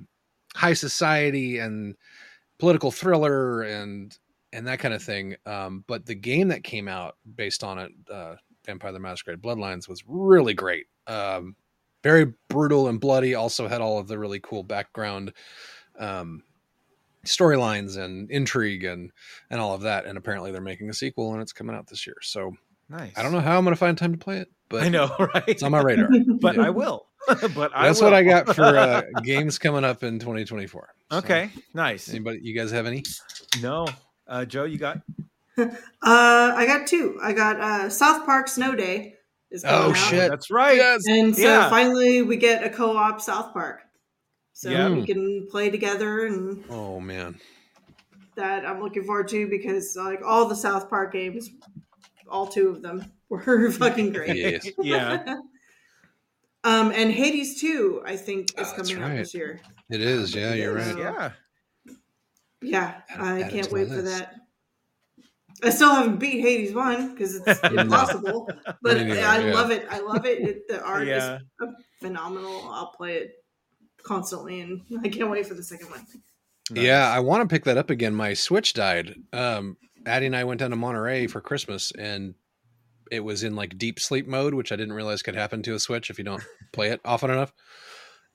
high society and political thriller and and that kind of thing. Um, but the game that came out based on it, uh, Vampire the Masquerade Bloodlines, was really great. Um, very brutal and bloody. Also had all of the really cool background um, storylines and intrigue and and all of that. And apparently they're making a sequel and it's coming out this year. So
nice.
I don't know how I'm going to find time to play it, but
I know, *laughs* right?
it's on my radar.
But
Yeah. *laughs*
I will. *laughs* but I
That's what I
will.
got
*laughs*
for uh, games coming up in 2024. So,
Okay, nice.
Anybody, you guys have any?
No, uh, Joe, you got
Uh, I got two. I got uh, South Park Snow Day. Is
Oh,
coming out.
shit.
That's right.
And so
Yeah.
finally we get a co-op South Park. So
Yeah.
we can play together and
Oh man.
that I'm looking forward to because like all the South Park games, all two of them *laughs* were fucking great.
Yes.
yeah.
*laughs*
um, and Hades 2, I think, is
Oh, that's
coming out
right.
this year.
It is. Yeah, you're right.
Yeah.
Yeah,
Add-
I
add it
can't
to my
wait for
list.
that. I still haven't beat Hades 1 because
*laughs*
it's
No.
impossible, but
Me neither,
I
yeah.
love it. I love it. it the art
Yeah.
is phenomenal. I'll play it constantly, and I can't wait for the second one.
Yeah, I want to pick that up again. My Switch died. Um, Addie and I went down to Monterey for Christmas, and it was in like deep sleep mode, which I didn't realize could happen to a Switch if
*laughs*
you don't play it often enough.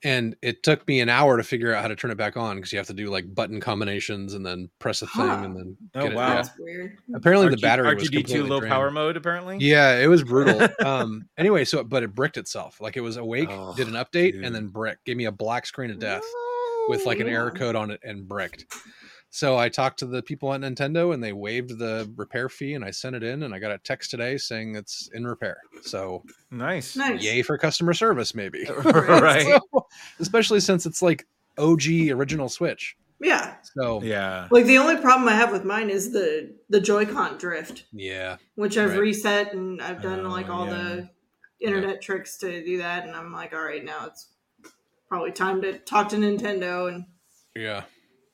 And it took me an hour to figure out how to turn it back on because you have to do like button combinations and then press a thing
Huh.
and then.
Oh,
it-
wow.
That's weird.
Apparently, the
RG
battery was
RGD2
completely
low
drained.
power mode apparently.
Yeah, it
*laughs*
was brutal. um anyway, so but it bricked itself. Like it was awake,
Oh,
did an update,
dude.
and then brick. Gave me a black screen of death with like an error
No.
code on it and bricked. So I talked to the people at Nintendo and they waived the repair fee and I sent it in and I got a text today saying it's in repair. So
Nice.
Nice.
yay for customer service, maybe.
*laughs*
*laughs*
right.
So, especially since it's like OG original Switch.
Yeah.
So yeah,
Yeah.
Like the only problem I have with mine is the the Joy-Con drift, which I've
Right.
reset and I've done
Oh,
like all the internet tricks to do that, and I'm like, all right, now it's probably time to talk to Nintendo. And
yeah.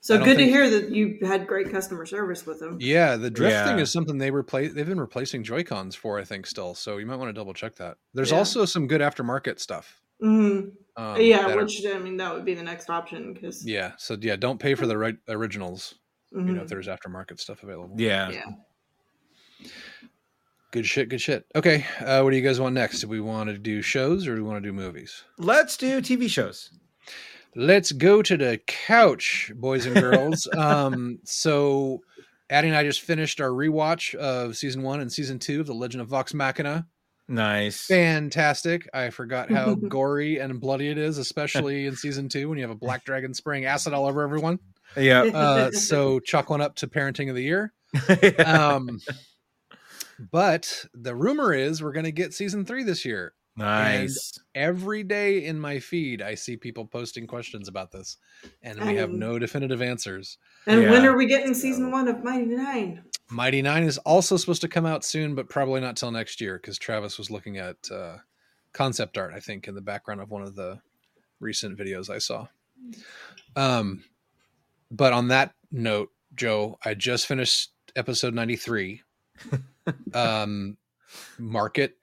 I
so
don't
good to
think-
hear that you had great customer service with them.
Yeah, the drift thing
Yeah.
is something they replace. They've been replacing Joy Cons for, I think, still. So you might want to double check that. There's
Yeah.
also some good aftermarket stuff.
Mhm.
Um,
yeah,
that are-
which I mean that would be the next option because
yeah. So yeah, don't pay for the right originals.
mm-hmm.
You know, if there's aftermarket stuff available.
Yeah.
Yeah.
Good shit. Good shit. Okay, uh, what do you guys want next? Do we want to do shows or do we want to do movies?
Let's do TV shows.
Let's go to the couch, boys and girls. um, so, Addie and I just finished our rewatch of season one and season two of The Legend of Vox Machina.
Nice.
fantastic. I forgot how gory and bloody it is, especially in season two when you have a black dragon spraying acid all over everyone.
*laughs*
*laughs*
Yeah.
*laughs*
Uh, so chalk one up to parenting of the year. Uh, Um, but the rumor is we're going to get season three this year. *laughs*
Nice.
Every day in my feed, I see people posting questions about this, and we have
Um,
no definitive answers.
And
Yeah.
when are we getting season one of Mighty Nine?
Mighty Nine is also supposed to come out soon, but probably not till next year because Travis was looking at uh, concept art, I think, in the background of one of the recent videos I saw. Um, but on that note, Joe, I just finished episode 93. um, mark it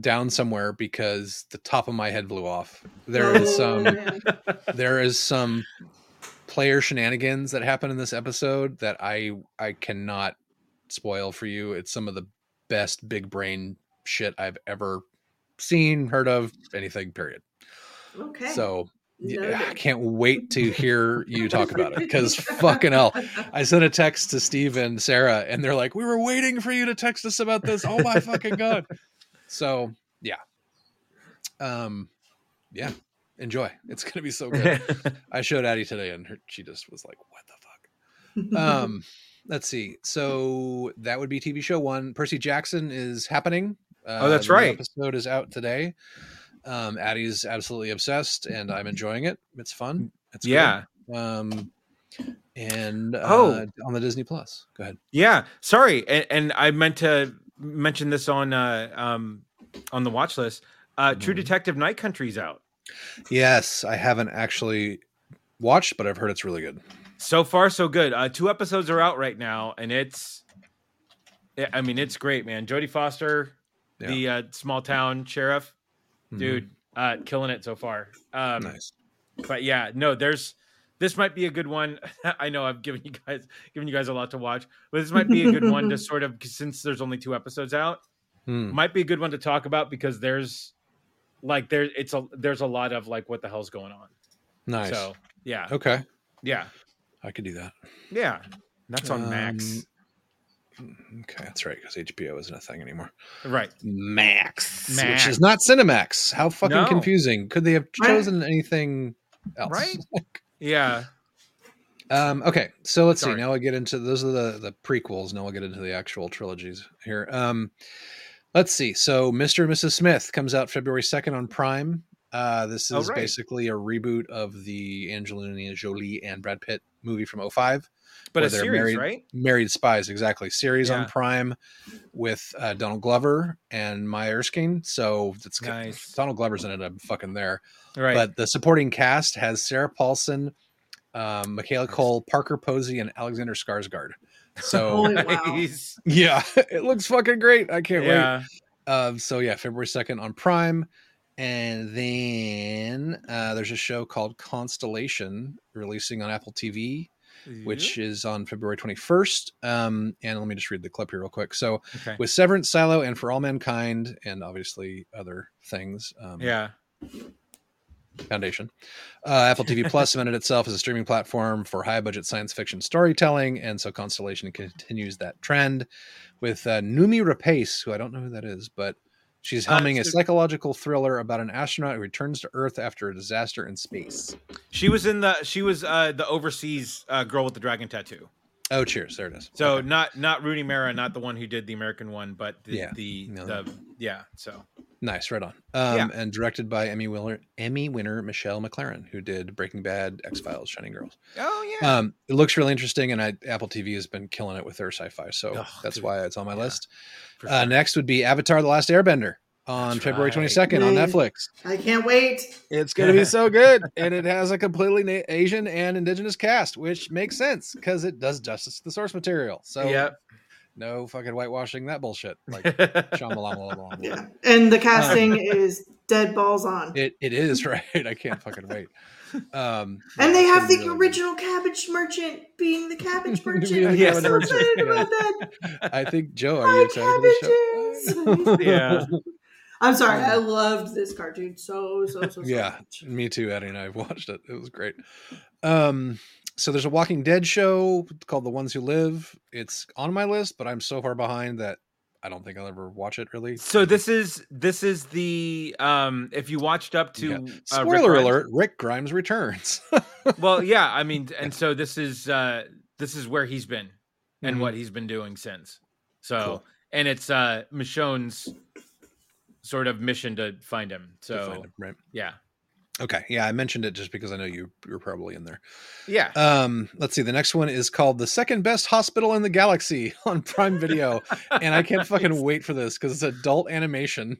down somewhere because the top of my head blew off. There is
Oh,
um, some
man.
there is some player shenanigans that happen in this episode that I I cannot spoil for you. It's some of the best big brain shit I've ever seen, heard of, anything. Period.
Okay.
So yeah, I
Noted.
can't wait to hear you talk about it because fucking hell. I sent a text to Steve and Sarah, and they're like, "We were waiting for you to text us about this." Oh my fucking god! So yeah, um, yeah, enjoy. It's gonna be so good. I showed Addie today, and her, she just was like, "What the fuck?"
Mm-hmm.
Um, let's see. So that would be TV show one. Percy Jackson is happening. Uh,
Oh, that's
the new
right.
Episode is out today. Um, Addie's absolutely obsessed, and I'm enjoying it. It's fun. It's
*laughs*
good.
yeah.
Um, and uh,
Oh.
on the Disney Plus. Go ahead.
Yeah, sorry, and, and I meant to mention this on uh, um, on the watch list. Uh, True
Mhm.
Detective Night Country's out.
Yes, I haven't actually watched, but I've heard it's really good.
So far, so good. Uh, two episodes are out right now, and it's, I- I mean, it's great, man. Jodie Foster, the uh, small town sheriff, dude, uh, killing it so far. Um,
Mm-hmm. nice.
But yeah, no, there's this might be a good one. *laughs* I know I've given you guys given you guys a lot to watch, but this might be a good one
*laughs*
to sort of since there's only two episodes out.
Hmm.
might be a good one to talk about because there's like there it's a there's a lot of like what the hell's going on.
Nice.
So yeah,
Okay,
yeah,
I could do that.
yeah. That's on Max,
Um, Okay, that's right because HBO isn't a thing anymore.
right?
Max,
Max.
which is not Cinemax. How fucking
No.
confusing! Could they have
Right.
chosen anything else?
Right? Yeah,
*laughs* Um, okay, so let's
Sorry.
see. Now we get into those are the the prequels. Now we'll get into the actual trilogies here. Um, let's see. So Mr. and Mrs. Smith comes out February second on Prime. Uh, this
Oh,
is
right.
basically a reboot of the Angelina Jolie and Brad Pitt movie from 05.
but
Where
a
they're
series,
married-
right?
Married Spies, exactly. Series
Yeah.
on Prime with uh, Donald Glover and Maya Erskine. So that's
Nice.
Donald Glover's in it. I'm fucking there.
Right.
But the supporting cast has Sarah Paulson, um, Michaela
Nice.
Cole, Parker Posey, and
*laughs*
Alexander Skarsgård. So
Holy
Oh,
wow.
Nice.
yeah, it looks fucking great. I can't wait.
Yeah.
Um, so yeah, February second on Prime, and then uh, there's a show called Constellation releasing on Apple TV which is on February 21st. Um, and let me just read the clip here real quick. So,
okay.
with Severance, Silo, and For All Mankind, and obviously other things, um,
yeah.
Foundation, uh, Apple TV Plus cemented itself as a streaming platform for high budget science fiction storytelling. And so, Constellation continues that trend with uh, Numi Rapace, who I don't know who that is, but she's
Uh,
humming a
so-
psychological thriller about an astronaut who returns to Earth after a disaster in space.
She was in the she was uh the overseas uh, girl with the dragon tattoo.
Oh, cheers. There it is.
So
Okay.
not not Rooney Mara, not the one who did the American one, but the
Yeah.
the,
No.
the yeah. So
Nice, right on. Um,
Yeah.
And directed by Emmy winner Emmy winner Michelle McLaren, who did Breaking Bad, X Files, Shining Girls.
oh
Um, it looks really interesting, and I, Apple TV has been killing it with their sci-fi, so
Oh,
that's
dude.
why it's on my
Yeah,
list.
for
Uh,
sure.
next would be Avatar: The Last Airbender on
That's
February
right.
twenty second on
Man.
Netflix.
I can't wait.
It's going to be so *laughs* good, and it has a completely na- Asian and indigenous cast, which makes sense because it does justice to the source material. So
Yep.
no fucking whitewashing that bullshit. *laughs* Like
*laughs*
Shyamalan.
Yeah. And the
Uh,
casting is dead balls on.
It it is *laughs* right. I can't fucking wait. Um,
and they
it's
have
gonna be
the
really good.
original cabbage merchant being the
*laughs*
cabbage
Being
merchant.
the
I'm
Cabbage
so
Merchant,
excited
yeah.
about that.
I think Joe, are you
My
excited for this
cabbages.
*laughs* show?
Yeah.
*laughs* I'm sorry. I loved this cartoon so so so, so
Yeah.
much.
Me too. Addie and I have *laughs* watched it. It was great. Um, so there's a Walking Dead show called The Ones Who Live. It's on my list, but I'm so far behind that I don't think I'll ever watch it. Really.
So this is this is the um if you watched up to
Yeah.
uh, Rick
Spoiler
Grimes-
alert: Rick Grimes returns. *laughs*
well yeah I mean and so this is uh this is where he's been and what he's been doing since so
Mm-hmm. Cool.
and it's uh Michonne's sort of mission to find him.
to
So
find him, right.
yeah,
Okay. Yeah, I mentioned it just because I know you you're probably in there.
yeah.
Um, let's see. The next one is called "The Second Best Hospital in the Galaxy" *laughs* on Prime Video, and
*laughs*
I can't fucking wait for this because it's adult animation.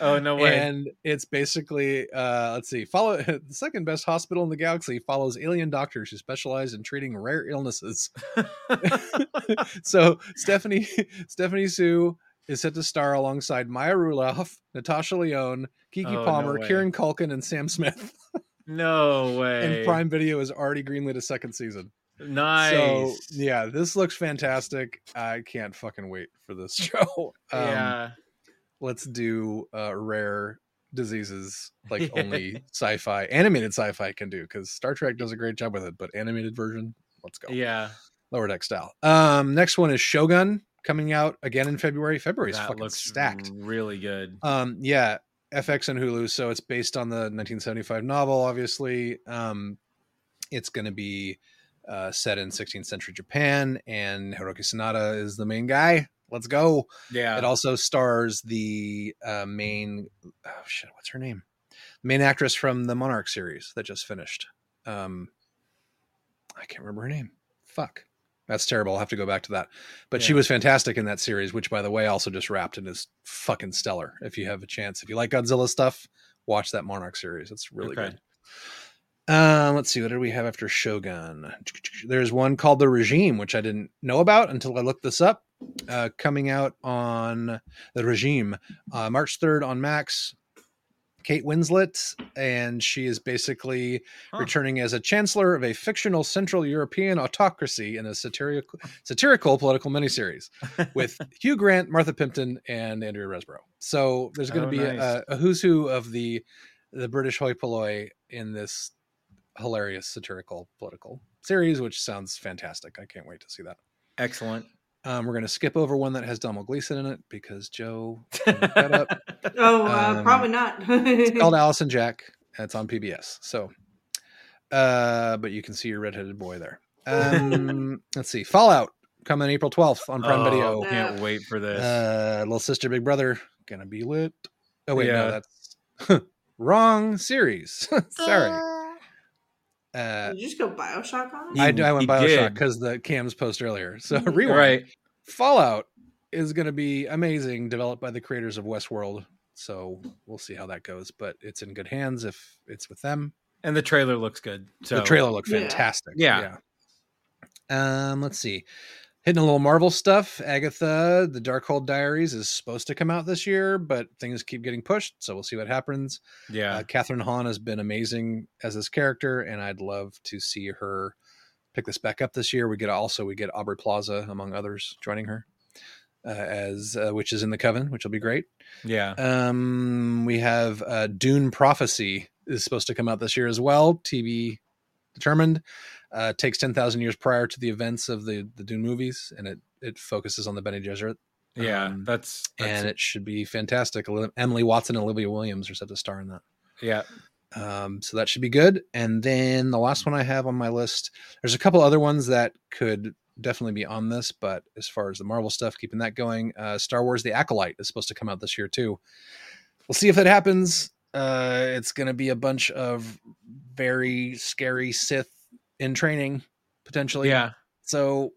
oh no way.
And it's basically, uh, let's see, follow *laughs* the second best hospital in the galaxy follows alien doctors who specialize in treating rare
*laughs*
illnesses. *laughs* so Stephanie *laughs* Stephanie Sue is set to star alongside Maya Ruloff, Natasha Leone, Kiki
Oh, no
Palmer,
way.
Kieran Culkin, and Sam Smith.
no way.
And Prime Video has already greenlit a second season.
nice.
So yeah, this looks fantastic. I can't fucking wait for this *laughs* show. Um,
yeah.
let's do uh, rare
*laughs*
diseases like
Yeah.
only sci-fi animated sci-fi can do because star trek does a great job with it but animated version let's go
Yeah.
lower deck style um next one is shogun coming out again in february february's
That
fucking
looks
stacked
really good.
um yeah fx and hulu so it's based on the 1975 novel obviously um it's going to be uh, set in 16th century japan and hiroki sanada is the main guy let's go
Yeah.
it also stars the uh, main oh shit, what's her name? Main actress from the Monarch series that just finished. Um, I can't remember her name. Fuck, that's terrible. I'll have to go back to that. But she
Yeah.
was fantastic in that series, which, by the way, also just wrapped and is fucking stellar. If you have a chance, if you like Godzilla stuff, watch that Monarch series. It's really
Okay.
good. Uh, let's see. What did we have after Shogun? There's one called The Regime, which I didn't know about until I looked this up. Uh, coming out on The Regime, uh, March 3rd on Max. Kate Winslet, and she is basically
Huh.
returning as a chancellor of a fictional Central European autocracy in a satirical, satirical political miniseries with
*laughs*
Hugh Grant, Martha Pimpton, and Andrea Riseborough. So there's going to
Oh,
be
nice.
a, a who's who of the the British hoi polloi in this hilarious satirical political series, which sounds fantastic. I can't wait to see that.
Excellent.
Um, we're going to skip over one that has Donald Gleason in it because Joe looked
*laughs*
that up.
Oh, uh,
Um,
probably not.
It's called Allison Jack. and It's on PBS. So, uh, but you can see your redheaded boy there.
*laughs*
Um, let's see. Fallout coming April 12th on Prime
oh,
Video.
Can't wait for this.
Uh, little sister, big brother, gonna be lit. Oh wait,
Yeah.
no, that's *laughs* wrong series. *laughs*
*laughs*
Sorry. Uh,
Did you just go Bioshock on it?
He-
I, I went
he
Bioshock
did. Mm-hmm.
because the Cam's post earlier. So rewind.
right.
Fallout is going to be amazing, developed by the creators of Westworld. So we'll see how that goes, but it's in good hands if it's with them.
And the trailer looks good. So
the trailer looked
Yeah.
fantastic.
Yeah.
Yeah. Um, let's see. Hitting a little Marvel stuff. Agatha, the Darkhold Diaries is supposed to come out this year, but things keep getting pushed, so we'll see what happens.
Yeah.
Uh, Catherine Hahn has been amazing as this character, and I'd love to see her pick this back up this year. We get also we get Aubrey Plaza among others joining her uh, as uh, which is in the Coven, which will be great.
yeah.
Um, we have uh, Dune Prophecy is supposed to come out this year as well. TV determined. Uh, takes ten thousand years prior to the events of the the Dune movies, and it it focuses on the Bene Gesserit,
Yeah.
um,
that's, that's
and it should be fantastic. Oli- Emily Watson and Olivia Williams are set to star in that.
yeah.
Um, so that should be good. And then the last one I have on my list, there's a couple other ones that could definitely be on this, but as far as the Marvel stuff, keeping that going, uh, Star Wars The Acolyte is supposed to come out this year too. We'll see if that happens. Uh, it's going to be a bunch of very scary Sith in training, potentially.
Yeah.
So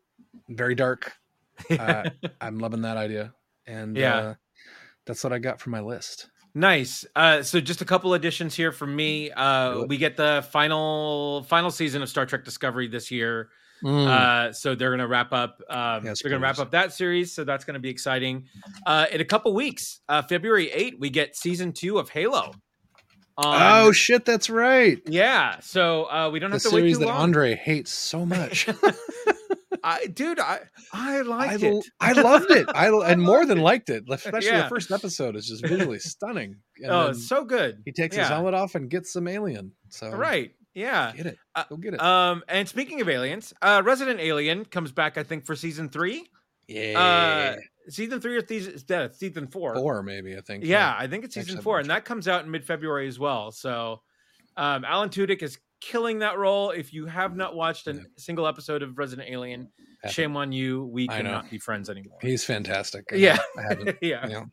very dark. *laughs*
*laughs*
Uh, I'm loving that idea. And
Yeah.
uh, that's what I got for my list.
Nice. Uh, so just a couple additions here from me.
Mm, Do
Uh,
it.
we get the final final season of Star Trek Discovery this year. Uh, so they're gonna wrap up. Um,
Mm. Yes,
they're gonna wrap
please.
up that series. So that's gonna be exciting. Uh, in a couple weeks, uh, February 8th, we get season two of Halo. On-
oh, shit. That's right.
yeah. So uh, we don't
the
have to wait
series
too
that
long.
Andre hates
*laughs*
so much.
I, dude, I I
I,
liked
l-
it.
I loved it. I l- and more
*laughs*
than liked it. Especially
Yeah.
the first episode is just visually stunning. And
oh,
then
it's so good.
he takes his
yeah.
helmet off and gets some alien. So
Right. Yeah.
get it.
Uh,
Go get it.
Um, and speaking of aliens, uh, Resident Alien comes back, I think, for season three.
yeah,
Uh, Season three or these, uh, season four?
four maybe. I think.
Yeah, I think it's season
Actually, I'm
four,
not
and that comes out in mid-February as well. So, um, Alan Tudyk is killing that role. If you have not watched a
Yeah.
single episode of Resident Alien,
Haven't.
shame on you. We
I know.
cannot be friends anymore.
he's fantastic. I
Yeah.
haven't- I haven't.
*laughs* yeah.
you know.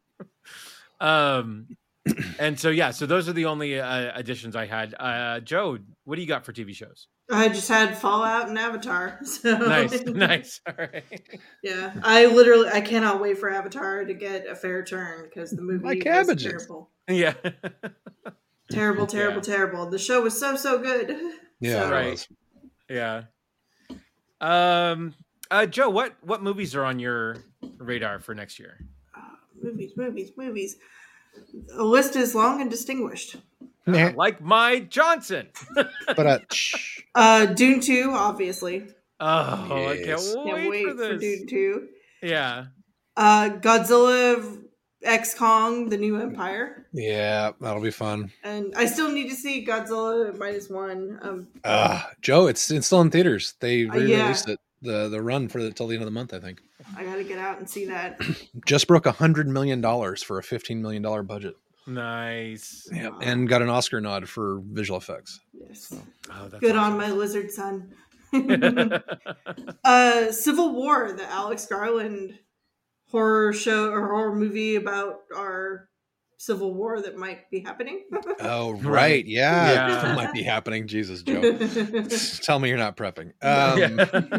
*laughs* Um, and so yeah, so those are the only uh, additions I had. Uh, Joe, what do you got for TV shows?
I just had Fallout and Avatar. *laughs* So
Nice, *laughs* nice. All right. *laughs*
Yeah, I literally I cannot wait for Avatar to get a fair turn because the movie
My
was
cabbages.
terrible,
Yeah.
terrible, terrible,
Yeah.
terrible. The show was so so good. *sighs*
Yeah,
So-
it
Right.
was.
Yeah. Um uh Joe, what what movies are on your radar for next year?
Uh, movies, movies, movies. The list is long and distinguished.
Meh,
Like my Johnson.
but uh, shh.
Uh, Dune two, obviously.
Oh, I
Yes.
can't wait,
Can't wait
for
for
this.
Dune two.
yeah.
Uh, Godzilla X Kong: The New Empire,
yeah, that'll be fun.
and I still need to see Godzilla minus one. Um,
Ah.
Uh, Joe, it's it's still in theaters. They
Uh,
re-released it the the run for the, till the end of the month. I think
I gotta get out and
*clears throat*
see that.
just broke a hundred million dollars for a fifteen million dollar budget,
Nice.
Yep.
and got an Oscar nod for visual
*laughs*
effects.
Yes.
Oh, that's
Good
awesome.
on my lizard son. *laughs* uh, Civil War, the Alex Garland horror show or horror movie about our Civil War that might be happening.
Oh right,
Right.
yeah,
Yeah.
that might be happening. Jesus,
*laughs*
Joe, tell me you're not prepping. Um,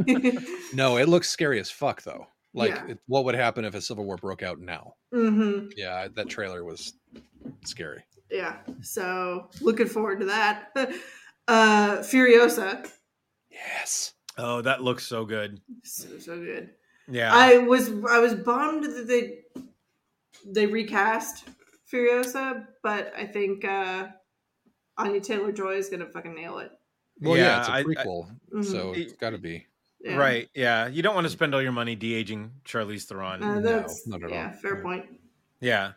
*laughs* Yeah.
hmm
No, it looks scary as fuck though. Like,
Yeah.
it, what would happen if a civil war broke out now? Yeah, I- that trailer was scary.
Mm-hmm. Yeah. So looking forward to that. *laughs* Uh, Furiosa,
Yes.
oh, that looks so good.
so, so good.
Yeah.
I was I was bummed that they they recast Furiosa, but I think uh, Anya Taylor Joy is gonna fucking nail it.
Well, yeah,
Yeah,
it's a
I- I-
prequel,
Mhm.
so it's got to be.
Yeah.
Right. Yeah. You don't want to spend all your money de aging Charlize Theron.
Uh,
No,
that's,
not at
yeah,
all.
fair
Yeah.
point.
yeah.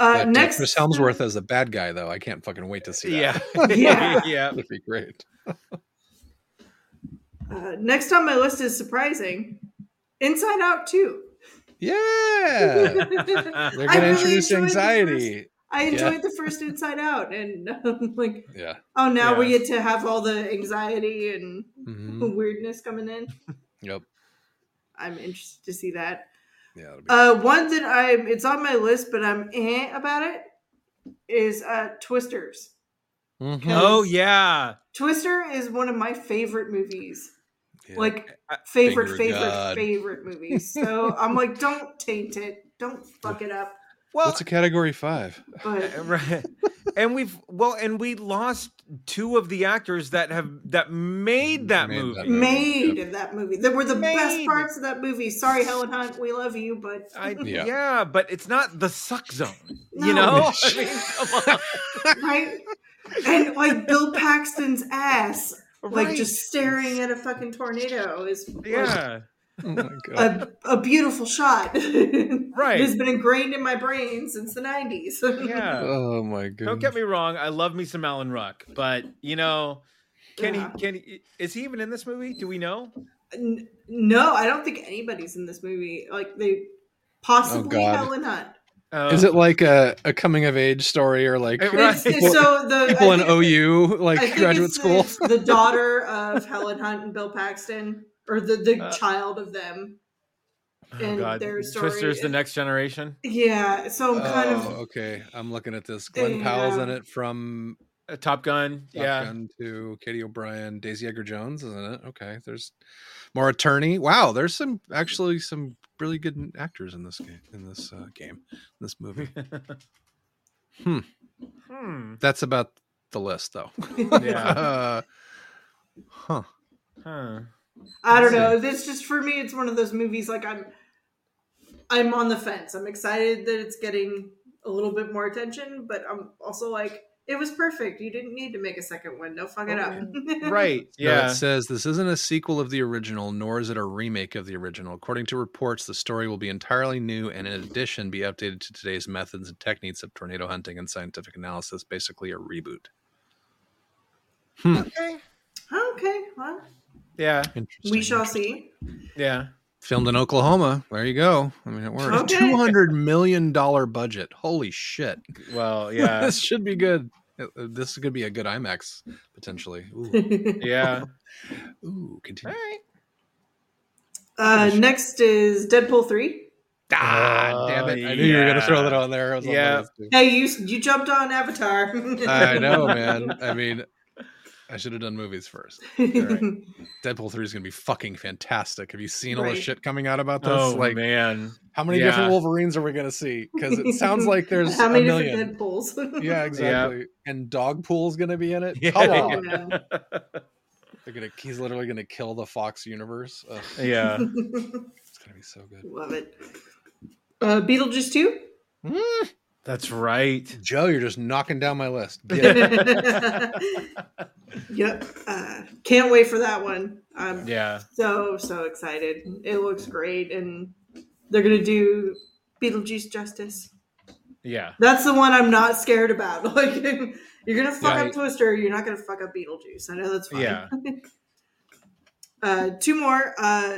Uh,
But, uh,
next,
Chris Helmsworth as the bad guy, though. I can't fucking wait to see that.
Yeah.
*laughs* Yeah.
*laughs* yeah.
*laughs* That'd be great.
Uh, next on my list is surprising. Inside Out 2. *laughs*
Yeah. They're
I
going to
really
introduce
enjoyed the
anxiety.
*laughs* I
Yeah.
enjoyed the first Inside Out, and um, *laughs* like,
Yeah.
oh, now we
Yeah.
get to have all the anxiety and
hmm
weirdness coming in.
Yep.
I'm interested to see that.
Yeah. that'll be-
Uh, one that I'm, it's on my list, but I'm eh about it, is uh, Twisters.
Mhm.
Kelly-
oh yeah.
Twister is one of my favorite movies.
Yeah. eh,
like
I-
favorite
Finger
favorite
God.
favorite
*laughs*
movies so i'm like don't taint it don't fuck it up
Well,
what's a
*laughs*
category five?
*laughs*
but
right. and we've well, and we lost two of the actors that have that made that
Made
movie.
that movie.
made of that movie that were the best
Made.
parts of that movie sorry helen hunt we love you but
I,
Yeah.
yeah. but it's not the suck zone.
No.
You know? *laughs*
*laughs*
I mean, come
*laughs* right and like bill paxton's ass
on.
like
Right.
just staring at a fucking tornado is like, *laughs*
yeah.
Oh
Uh,
my God.
a, a beautiful shot *laughs* it has
Right.
been ingrained in my brain since the 90s *laughs*
*laughs*
Yeah.
oh my God.
Don't get me wrong. I love me some Alan Ruck, but you know, can
Yeah.
he? Can he? Is he even in this movie? Do we know?
N- no i don't think anybody's in this movie like they possibly
God.
helen hunt
Uh,
Is it like a, a coming of age story or like
Right.
It's- it's- so the
people
I
in
think-
E
OU,
I
like
think
graduate
it's
school?
*laughs* the, the daughter of Helen Hunt and Bill Paxton, or the the
Uh.
child of them.
oh,
and
God.
their story
Twister's the
is-
next generation.
Yeah, so I'm kind
Oh,
of
okay. I'm looking at this. Glenn Powell's in
Yeah.
it from
Uh, Top Gun.
Top
yeah.
Gun to Katie O'Brien, Daisy Edgar Jones, isn't it? Okay. There's more attorney. Wow, there's some actually some really good actors in this game in this uh, game, in this movie.
*laughs*
Hmm.
Hmm.
That's about the list though.
*laughs*
Yeah.
Uh, *laughs* huh.
Huh.
I don't know. This just for me, it's one of those movies like I'm I'm on the fence. I'm excited that it's getting a little bit more attention, but I'm also like, it was perfect. You didn't need to make a second one. Don't fuck it up. *laughs*
Right.
Yeah.
Yeah.
it says this isn't a sequel of the original, nor is it a remake of the original. According to reports, the story will be entirely new and, in addition, be updated to today's methods and techniques of tornado hunting and scientific analysis. Basically, a reboot.
okay.
okay, well,
Yeah.
Interesting.
we shall see.
Yeah.
Filmed in Oklahoma. There you go. I mean, it worked.
Okay.
Two hundred million dollar budget. Holy shit! *laughs*
*laughs*
Well, yeah.
this should be good. Uh, uh, This could be a good IMAX potentially. Ooh,
uh,
yeah.
Ooh continue.
right.
next is Deadpool three.
*laughs* Ah, damn it! I knew you were gonna throw that on there. I was on my
Yeah.
list too.
Hey, you you jumped on Avatar. *laughs*
I know, man. I mean, I should have done movies first.
alright.
Deadpool three is gonna be fucking fantastic. Have you seen all the
Right.
shit coming out about this?
Oh
like,
man,
how many
yeah.
different Wolverines are we gonna see? Because it
*laughs*
sounds like there's
How many
a
different
million.
*laughs* Deadpools?
Yeah, exactly. And Dogpool's gonna be in it.
Yeah.
Come
Oh,
on,
man.
they're gonna. He's literally gonna kill the Fox universe. Ugh, *laughs*
yeah.
it's gonna be so good.
Love it. Uh, Beetlejuice 2?
That's right.
Joe, you're just knocking down
*laughs*
my list. Get it.
yep. Uh, can't wait for that one. I'm
Yeah.
so, so excited. It looks great. And they're going to do Beetlejuice justice.
Yeah.
That's the one I'm not scared about. *laughs* Like, you're going to fuck
Yeah.
up Twister. You're not going to fuck up Beetlejuice. I know that's fine.
Yeah.
*laughs* Uh, two more uh,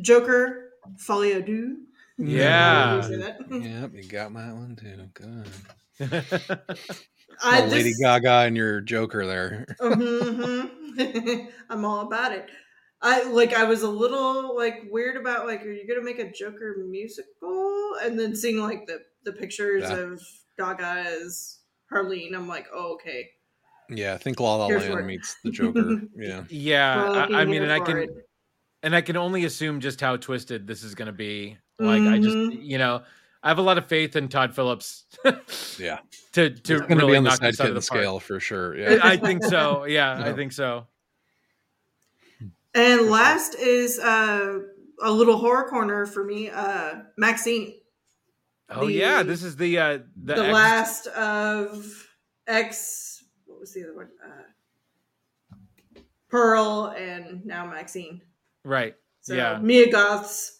Joker, Folie à Deux.
Yeah. Oh,
*laughs* How do you say that?
Yep, you got my one too. Good.
I
Little
*laughs*
Lady
just-
Gaga and your Joker there. *laughs*
Mhm. *laughs* I'm all about it. I like I was a little like weird about like are you gonna make a Joker musical? And then seeing like the the pictures
Yeah.
of Gaga as Harleen, I'm like, oh okay.
Yeah, I think La La
Here for it.
Land meets the
*laughs*
Joker. Yeah.
*laughs* Yeah.
Well,
Uh, I, I mean,
here
and I
for
can
it.
and I can only assume just how twisted this is going to be. Like I just,
Mhm.
you know, I have a lot of faith in Todd Phillips.
Yeah.
*laughs* To to
It's gonna
really
be on the
knock
side
this out
kid
of the park.
scale
*laughs*
for sure. Yeah.
I I think so. Yeah, I
Yeah.
think so.
And last is uh a little horror corner for me, uh Maxine.
Oh
The-
yeah, this is the uh the,
The,
ex-
last of X what was the other one? Uh Pearl and now Maxine.
right.
So
Yeah.
Mia Goth's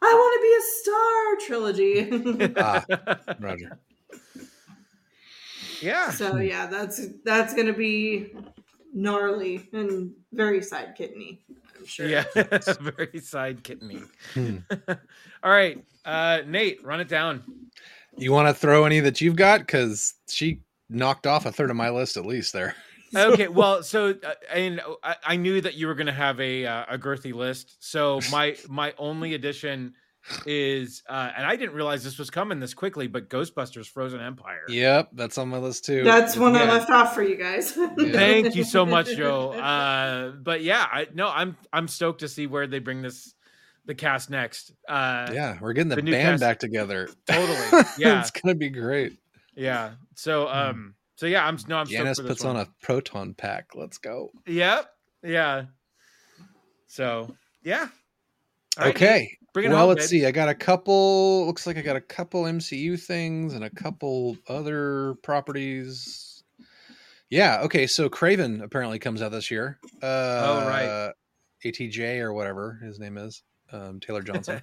I Want to Be a Star trilogy.
*laughs*
*laughs*
Ah. Roger.
yeah.
so yeah, that's that's gonna be gnarly and very side kidney, I'm sure.
Yeah. *laughs* Very side kidney.
Hmm.
*laughs* All right. Uh Nate, run it
*laughs*
down.
You wanna throw any that you've got? Cause she knocked off a third of my list at least there.
Okay, well, so uh, and uh, I, I knew that you were going to have a uh, a girthy list. So my my only addition is uh and I didn't realize this was coming this quickly, but Ghostbusters Frozen Empire.
Yep, that's on my list too.
That's one I
Yeah.
left off for you guys.
Thank you
*laughs*
so much,
*laughs*
Joe. Uh but yeah, I no, I'm I'm stoked to see where they bring this the cast next. Uh
yeah, we're getting the,
the new
band
cast-
back together. *laughs*
Totally, yeah.
it's gonna be great.
yeah. So um so yeah, I'm no I'm stoked
Hmm. Janice
for this
puts
one.
on a proton pack. Let's go.
Yep. Yeah. So yeah. All right,
okay.
Bring it
well,
home,
let's
babe. *laughs*
see. I got a couple. Looks like I got a couple MCU things and a couple other properties. Yeah. Okay. So Craven apparently comes out this year. Uh, oh
right.
ATJ or whatever his name is, um,
*laughs*
Taylor Johnson.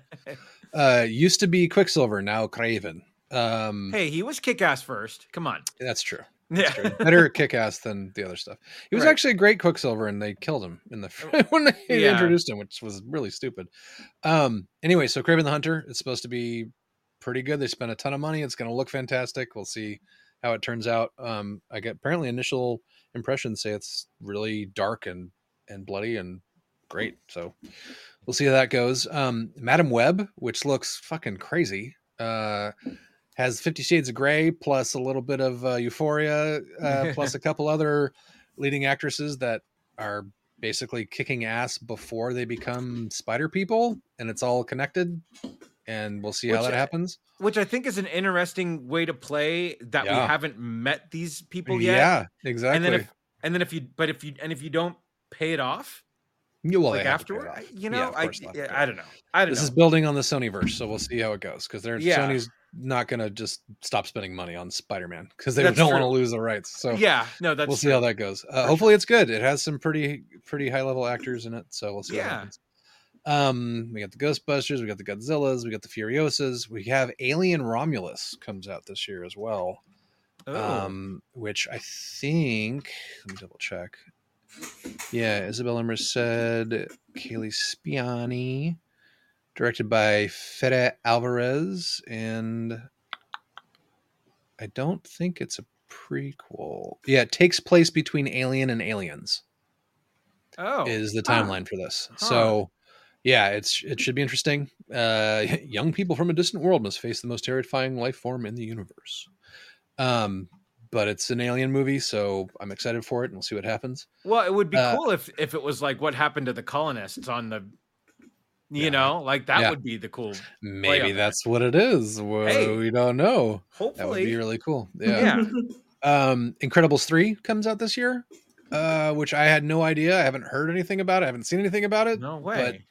uh, used to be Quicksilver, now Craven. Um,
Hey, he was kick ass first. Come on.
That's true.
Yeah.
True. *laughs* Better kick ass than the other stuff. He was
Right.
actually a great Quicksilver, and they killed him in the *laughs* when they
Yeah.
introduced him, which was really stupid. Um. Anyway, so Craven the Hunter it's supposed to be pretty good. They spent a ton of money. It's going to look fantastic. We'll see how it turns out. Um. I get apparently initial impressions say it's really dark and and bloody and great. So we'll see how that goes. Um. Madam Web, which looks fucking crazy. Uh has Fifty Shades of Grey plus a little bit of uh, Euphoria
*laughs*
uh, plus a couple other leading actresses that are basically kicking ass before they become spider people, and it's all connected. And we'll see how
Which,
that
uh,
happens.
Which I think is an interesting way to play that we
Yeah.
haven't met these people yet.
yeah, exactly.
And then if and then if you but if you and if you don't pay it off
you will
like afterward, I- you know, I yeah, I don't know. I don't
This
know.
is building on the Sonyverse, so we'll see how it goes because they're
Yeah.
Sony's not going to just stop spending money on Spider-Man because they
That's
don't want to
true.
lose the rights. So
yeah, no, that's
we'll see
true.
how that goes. Uh, hopefully, it's good. It has some pretty pretty high level actors in it, so we'll see.
Yeah.
What happens. Um, we got the Ghostbusters, we got the Godzillas, we got the Furiosas, we have Alien Romulus comes out this year as well.
Oh.
Um, which I think let me double check. Yeah, Isabella Merced, Kaylee Spiani, directed by Fede Alvarez, and I don't think it's a prequel. Yeah, it takes place between Alien and Aliens
oh.
is the
huh.
timeline for this.
Huh.
So yeah, it's it should be interesting. Uh, *laughs* young people from a distant world must face the most terrifying life form in the universe. Um, but it's an alien movie, so I'm excited for it, and we'll see what happens.
Well, it would be
Uh,
cool if if it was like what happened to the colonists on the, you
Yeah.
know, like that
Yeah.
would be the cool.
Maybe
on
that's what it is. Well,
Hey.
We don't know. That would
Hopefully,
be really
*laughs*
cool.
yeah.
Yeah. Um, Incredibles three comes out this year, uh, which I had no idea. I haven't heard anything about it. I haven't seen anything about it.
no way.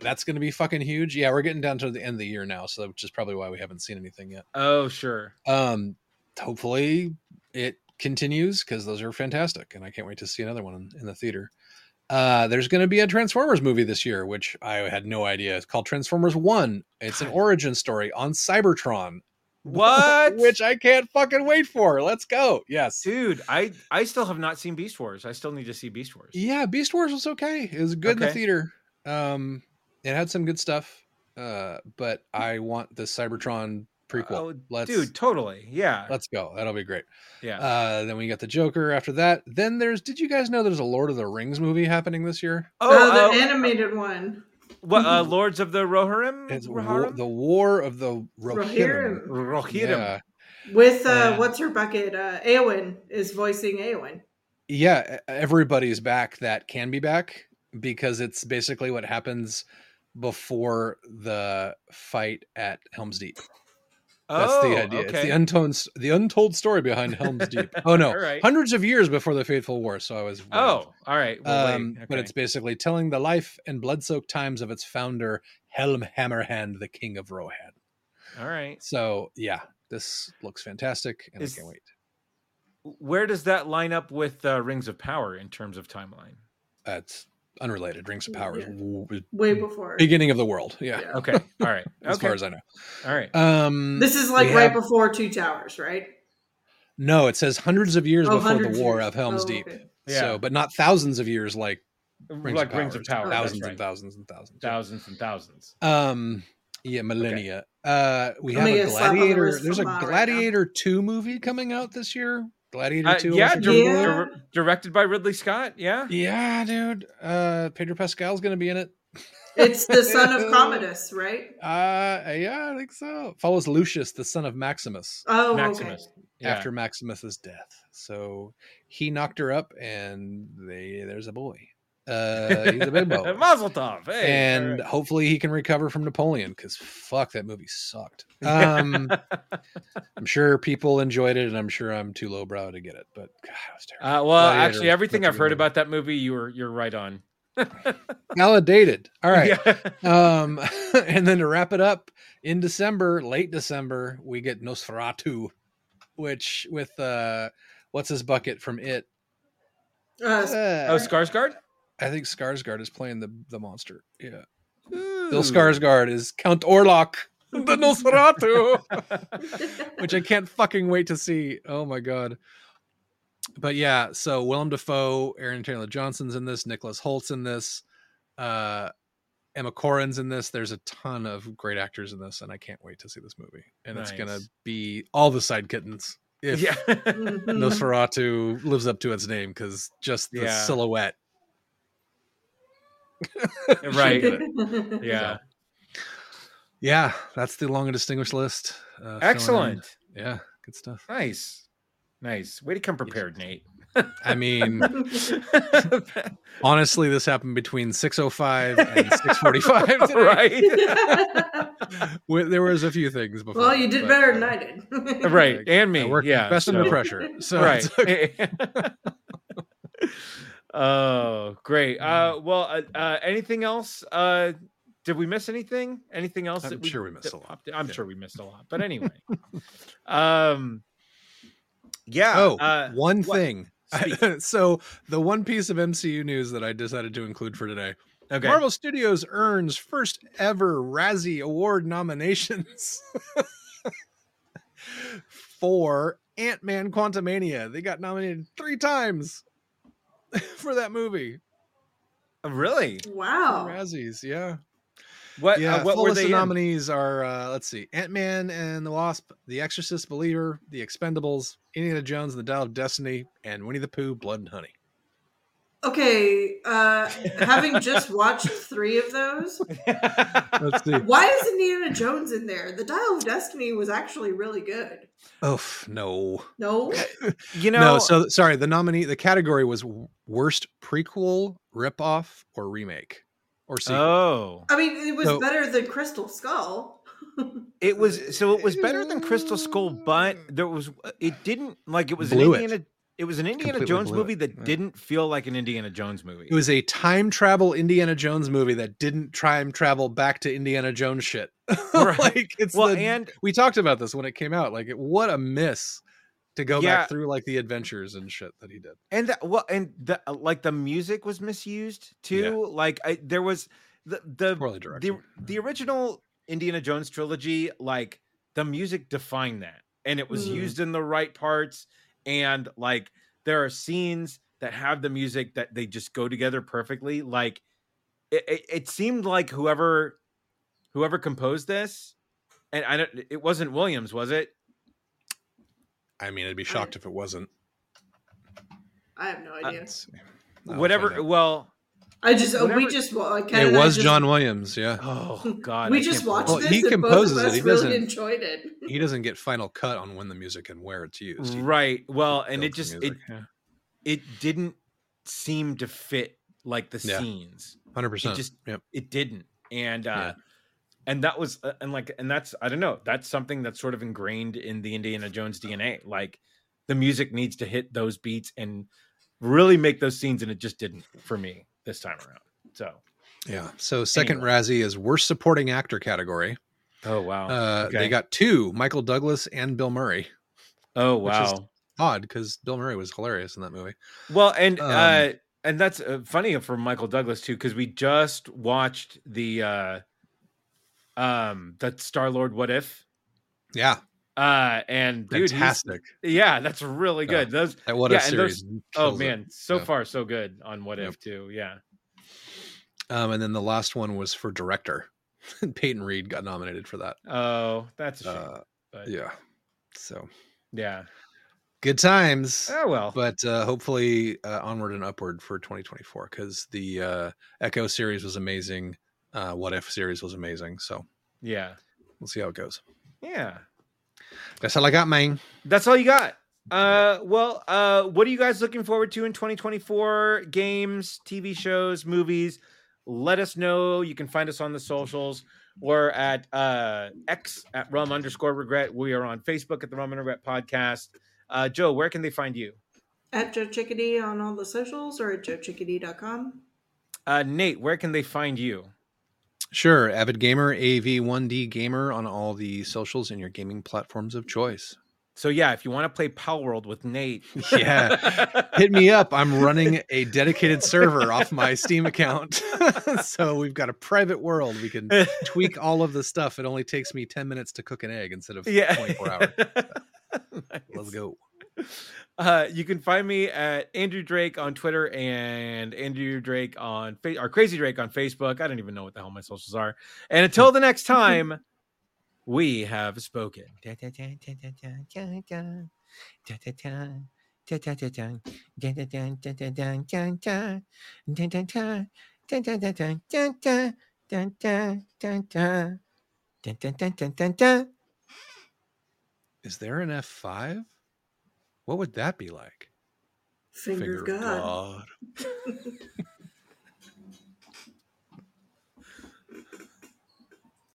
That's going to be fucking huge. Yeah, we're getting down to the end of the year now, so which is probably why we haven't seen anything yet.
oh
*laughs*
sure.
Um, hopefully it continues because those are fantastic, and I can't wait to see another one in, in the theater. Uh, there's going to be a Transformers movie this year, which I had no idea. It's called Transformers One. It's an
God.
origin story on Cybertron, *laughs*
What?
which I can't fucking wait for. Let's go. Yes.
Dude, I I still have not seen Beast Wars. I still need to see Beast Wars.
Yeah, Beast Wars was okay. It was good in the
Okay.
theater. Um, it had some good stuff. Uh, but I want the Cybertron prequel.
Oh,
let's
Dude, totally. Yeah.
let's go. That'll be great.
yeah.
Uh, then we got the Joker after that. Then there's did you guys know there's a Lord of the Rings movie happening this year?
Oh,
oh,
uh,
the animated one.
what uh, Lords of the Rohirrim?
It's war,
Mm, Rohirrim?
the War of the
Rohirrim.
Rohirrim.
Rohirrim.
Yeah.
With uh,
Yeah.
what's her bucket? Uh, Eowyn is voicing Eowyn.
yeah, e- everybody's back that can be back because it's basically what happens before the fight at Helm's Deep. That's
Oh,
the idea. It's
okay.
the untold the untold story
*laughs*
behind Helm's Deep. Oh no,
All right.
hundreds of years before the Fateful War. So I was wrong.
Oh, all right. Well, wait,
Um, but
okay.
it's basically telling the life and blood-soaked times of its founder Helm Hammerhand, the King of Rohan.
all right.
So yeah, this looks fantastic, and
Is-
I can't wait.
Where does that line up with uh, Rings of Power in terms of timeline?
That's unrelated. Rings of Power is
Yeah.
w-
Way before.
beginning of the world. Yeah,
Yeah.
Okay. All right.
*laughs* as
okay.
far as I know.
all right.
Um,
This is like
We
right
have-
before Two Towers, right?
no, it says hundreds of years
Oh,
before the
hundreds
War
years.
of Helm's
Oh,
Deep.
okay.
Yeah.
So, but not thousands of years like Rings
like
of Power.
Rings of
It's
Power.
thousands
that's
and
right.
thousands and thousands. Yeah.
thousands and thousands.
Um, yeah, millennia. Uh, we
I'm
have
gonna
a
get a slap on the
gladiator.
wrist
There's a
from Ma right now.
gladiator two movie coming out this year. Gladiator
Uh,
two.
yeah,
was
dir-
it?
Yeah.
dir- directed by Ridley Scott. Yeah.
yeah, dude. Uh, Pedro Pascal's gonna be in it.
It's the son
*laughs*
of Commodus, right?
Uh, yeah, I think so. Follows Lucius, the son of Maximus,
Oh,
Maximus. Yeah.
after Maximus's death. So he knocked her up, and they there's a boy. *laughs* Uh, he's a big boy.
*laughs* Mazel tov. Hey. all
and
right.
hopefully he can recover from Napoleon because fuck that
*laughs*
movie sucked. Um, I'm sure people enjoyed it, and I'm sure I'm too lowbrow to get it, but God, it was terrible.
Uh, well,
Gladiator
actually,
was
everything
such a
I've
good
heard
movie.
about that movie, you were you're right on.
Validated. All right.
Uh, *laughs* Yeah.
*laughs* Um, and then to wrap it up in December, late December, we get Nosferatu, which with uh, what's his bucket from it?
okay.
*laughs*
Uh,
Oh,
Uh,
Skarsgård.
I think Skarsgård is playing the the monster. Yeah,
Bill *laughs*
Bill Skarsgård is Count Orlok, the Nosferatu. which I can't fucking wait to see. Oh my god. But yeah, so Willem Dafoe, Aaron Taylor Johnson's in this, Nicholas Holt's in this, uh, Emma Corrin's in this. There's a ton of great actors in this, and I can't wait to see this movie. And it's gonna
Nice.
be all the side kittens if
Yeah.
Mm-hmm.
mhm.
*laughs* Nosferatu lives up to its name because just the
Yeah.
silhouette.
Right.
Should be.
*laughs*
yeah.
Yeah, that's the long and distinguished list. Uh, filling in.
Excellent.
Yeah, good stuff.
Nice. Nice. Way to come prepared, Nate. *laughs*
I mean, *laughs* Honestly, this happened between 6:05 and
*laughs*
6:45. today.
right.
*laughs* We- There was a few things before.
well, you did
but,
better
uh,
than I did.
*laughs* Right. And
I
me.
worked
yeah.
best
so-
under
*laughs*
pressure. So *laughs*
right.
it's okay.
*laughs* oh, great. Uh,
Mm.
well, uh, uh, anything else? Uh, did we miss anything? Anything else?
I'm
that we,
sure we missed
that
a lot.
popped in? I'm
Yeah.
sure we missed a lot. But
*laughs*
anyway, um, yeah.
Oh,
uh,
one
what-
thing. *laughs*
speak.
so the one piece of MCU news that I decided to include for today:
okay.
Marvel Studios earns first ever Razzie Award nominations *laughs* for Ant Man Quantumania. They got nominated three times *laughs* for that movie.
really?
Wow.
Razzies, yeah.
What?
yeah,
uh, what
full
were
list
they?
of
in?
nominees are uh, let's see, Ant Man and the Wasp, The Exorcist, Believer, The Expendables, Indiana Jones and the Dial of Destiny, and Winnie the Pooh, Blood and Honey.
Okay, uh, having
*laughs*
just watched three of those,
Let's *laughs* see.
why is Indiana Jones in there? The Dial of Destiny was actually really good.
Oh no.
No,
*laughs* you know,
no, so sorry. The nominee, the category was w- worst prequel, ripoff, or remake, or sequel.
oh,
I mean it was
So-
better than Crystal Skull.
it was so it was better than Crystal Skull, but there was it didn't like it was
Blew
an
it.
Indiana. It. was an Indiana
Completely
Jones
blew it.
movie that
Yeah.
didn't feel like an Indiana Jones movie.
It was a time travel Indiana Jones movie that didn't time travel back to Indiana Jones shit. *laughs*
Right.
like it's
well,
the-
and
we talked about this when it came out. Like, it- what a miss to go
Yeah.
back through like the adventures and shit that he did.
and that well and the uh, like the music was misused too
Yeah.
like I, there was the the,
Poorly directed.
the the original indiana jones trilogy like the music defined that and it was
Mhm.
used in the right parts and like there are scenes that have the music that they just go together perfectly like it, it, it seemed like whoever whoever composed this and i don't it wasn't williams was it
I mean, I'd be shocked if it wasn't.
I have no idea.
Let's see. I'll find
whatever
out.
well
I just uh, we
whatever-
just wa- like, Ken
It
and I
was
just-
John Williams. Yeah,
oh god I
We
can't
just
believe-
watched
Well,
this
he
and both of
composes it,
us
he
really
doesn't-
enjoyed it. *laughs*
he doesn't get final cut on when the music and where it's used. He
right well and it
builds
just
the
it
music. Yeah.
it didn't seem to fit like the
Yeah.
scenes
hundred percent.
just-
Yep.
it didn't and uh
Yeah.
and that was uh, and like and that's i don't know that's something that's sort of ingrained in the indiana jones dna like the music needs to hit those beats and really make those scenes and it just didn't for me this time around so
Yeah. So second
Anyway.
Razzie is worst supporting actor category.
oh wow
uh,
okay.
They got two: Michael Douglas and Bill Murray.
oh
which is-
wow
Odd because Bill Murray was hilarious in that movie.
Well, and
Um,
uh, and that's uh, funny for Michael Douglas too, because we just watched the uh, um the Star Lord What If,
Yeah,
uh, and dude, he's-
fantastic.
yeah, that's really
Yeah.
good. Those,
That what
yeah,
a
and those-
series.
oh
kills it.
man, so
Yeah.
far so good on What
Yep.
If too. Yeah,
Um, and then the last one was for director. *laughs* Peyton Reed got nominated for that.
oh, that's a shame.
Uh,
but yeah.
yeah. So good times.
Oh well.
But uh, hopefully uh, onward and upward for 2024 because the uh, Echo series was amazing. Uh, what If series was amazing. So
yeah.
we'll see how it goes.
Yeah.
That's all I got, man.
That's all you got. Uh, well, uh, what are you guys looking forward to in 2024? Games, TV shows, movies. Let us know. You can find us on the socials or at uh, X at rum underscore regret. We are on Facebook at the rum and regret podcast. Uh, Joe, where can they find you?
At Joe Chickadee on all the socials or at joechickadee.com.
Uh, Nate, where can they find you?
Sure. Avid Gamer, AV1D Gamer on all the socials and your gaming platforms of choice.
So yeah, if you want to play Pal World with *laughs* Nate,
Yeah. *laughs* Hit me up. I'm running a dedicated server off my Steam account. *laughs* so we've got a private world. We can tweak all of the stuff. It only takes me 10 minutes to cook an egg instead of
yeah, *laughs*
24 hours. Let's
Nice.
go.
Uh, you can find me at Andrew Drake on Twitter and Andrew Drake on fa- or Crazy Drake on Facebook. I don't even know what the hell my socials are. And until the next time, we have spoken.
Is there an F5? What would that be like?
Finger, of God.
God.